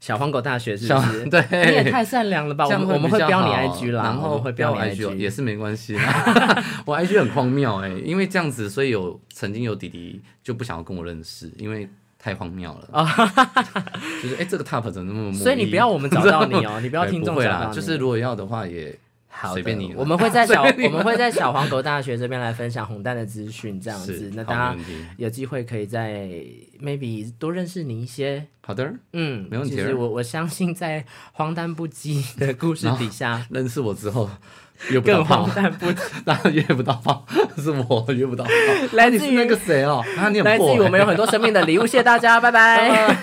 Speaker 1: 小黄狗大学是
Speaker 2: 小
Speaker 1: 不是？
Speaker 2: 对，
Speaker 1: 你也太善良了吧！
Speaker 2: [LAUGHS] 这
Speaker 1: 我
Speaker 2: 样
Speaker 1: 们我们会
Speaker 2: 比较
Speaker 1: 标你
Speaker 2: 好
Speaker 1: IG 啦，
Speaker 2: 然
Speaker 1: 我
Speaker 2: 后
Speaker 1: 们会标你
Speaker 2: 我 IG 也
Speaker 1: IG。
Speaker 2: 是没关系啦。
Speaker 1: [LAUGHS]
Speaker 2: 我 IG 很荒谬哎、因为这样子，所以有曾经有弟弟就不想要跟我认识，因为太荒谬了啊！ [LAUGHS] 就是哎、这个 TOP 怎么
Speaker 1: [LAUGHS]
Speaker 2: 那么
Speaker 1: 哦
Speaker 2: 魔
Speaker 1: 所以你
Speaker 2: 力
Speaker 1: 不要我们找到你哦，你不
Speaker 2: 哎
Speaker 1: 要
Speaker 2: 不 [LAUGHS]
Speaker 1: 听众
Speaker 2: 会
Speaker 1: 找
Speaker 2: 啦
Speaker 1: 到，你。
Speaker 2: 就是如果要的话也
Speaker 1: 好
Speaker 2: 随
Speaker 1: 的
Speaker 2: 便你，
Speaker 1: 我们会在
Speaker 2: [LAUGHS]
Speaker 1: 小我们会在小黄狗大学这边来分享红蛋的资讯，这样
Speaker 2: 是
Speaker 1: 子，那
Speaker 2: 好
Speaker 1: 大家
Speaker 2: 没问题
Speaker 1: 有机会可以在 maybe 多认识你一些。
Speaker 2: 好的，
Speaker 1: 嗯，
Speaker 2: 没问题
Speaker 1: 其
Speaker 2: 啊
Speaker 1: 实我我相信在荒诞不羁的故事底
Speaker 2: [LAUGHS]
Speaker 1: 下，
Speaker 2: 认识我之后约不到
Speaker 1: 更
Speaker 2: 炮 [LAUGHS]
Speaker 1: 荒，诞不羁。
Speaker 2: 当然约不到炮，是我约
Speaker 1: [LAUGHS]
Speaker 2: 不到炮，哎
Speaker 1: 来
Speaker 2: 你
Speaker 1: 自
Speaker 2: 是那
Speaker 1: 于
Speaker 2: 个谁哦，啊，你很
Speaker 1: 来自
Speaker 2: 破
Speaker 1: 于
Speaker 2: 欸
Speaker 1: 我们有很多生命的礼物，谢谢大家，拜拜。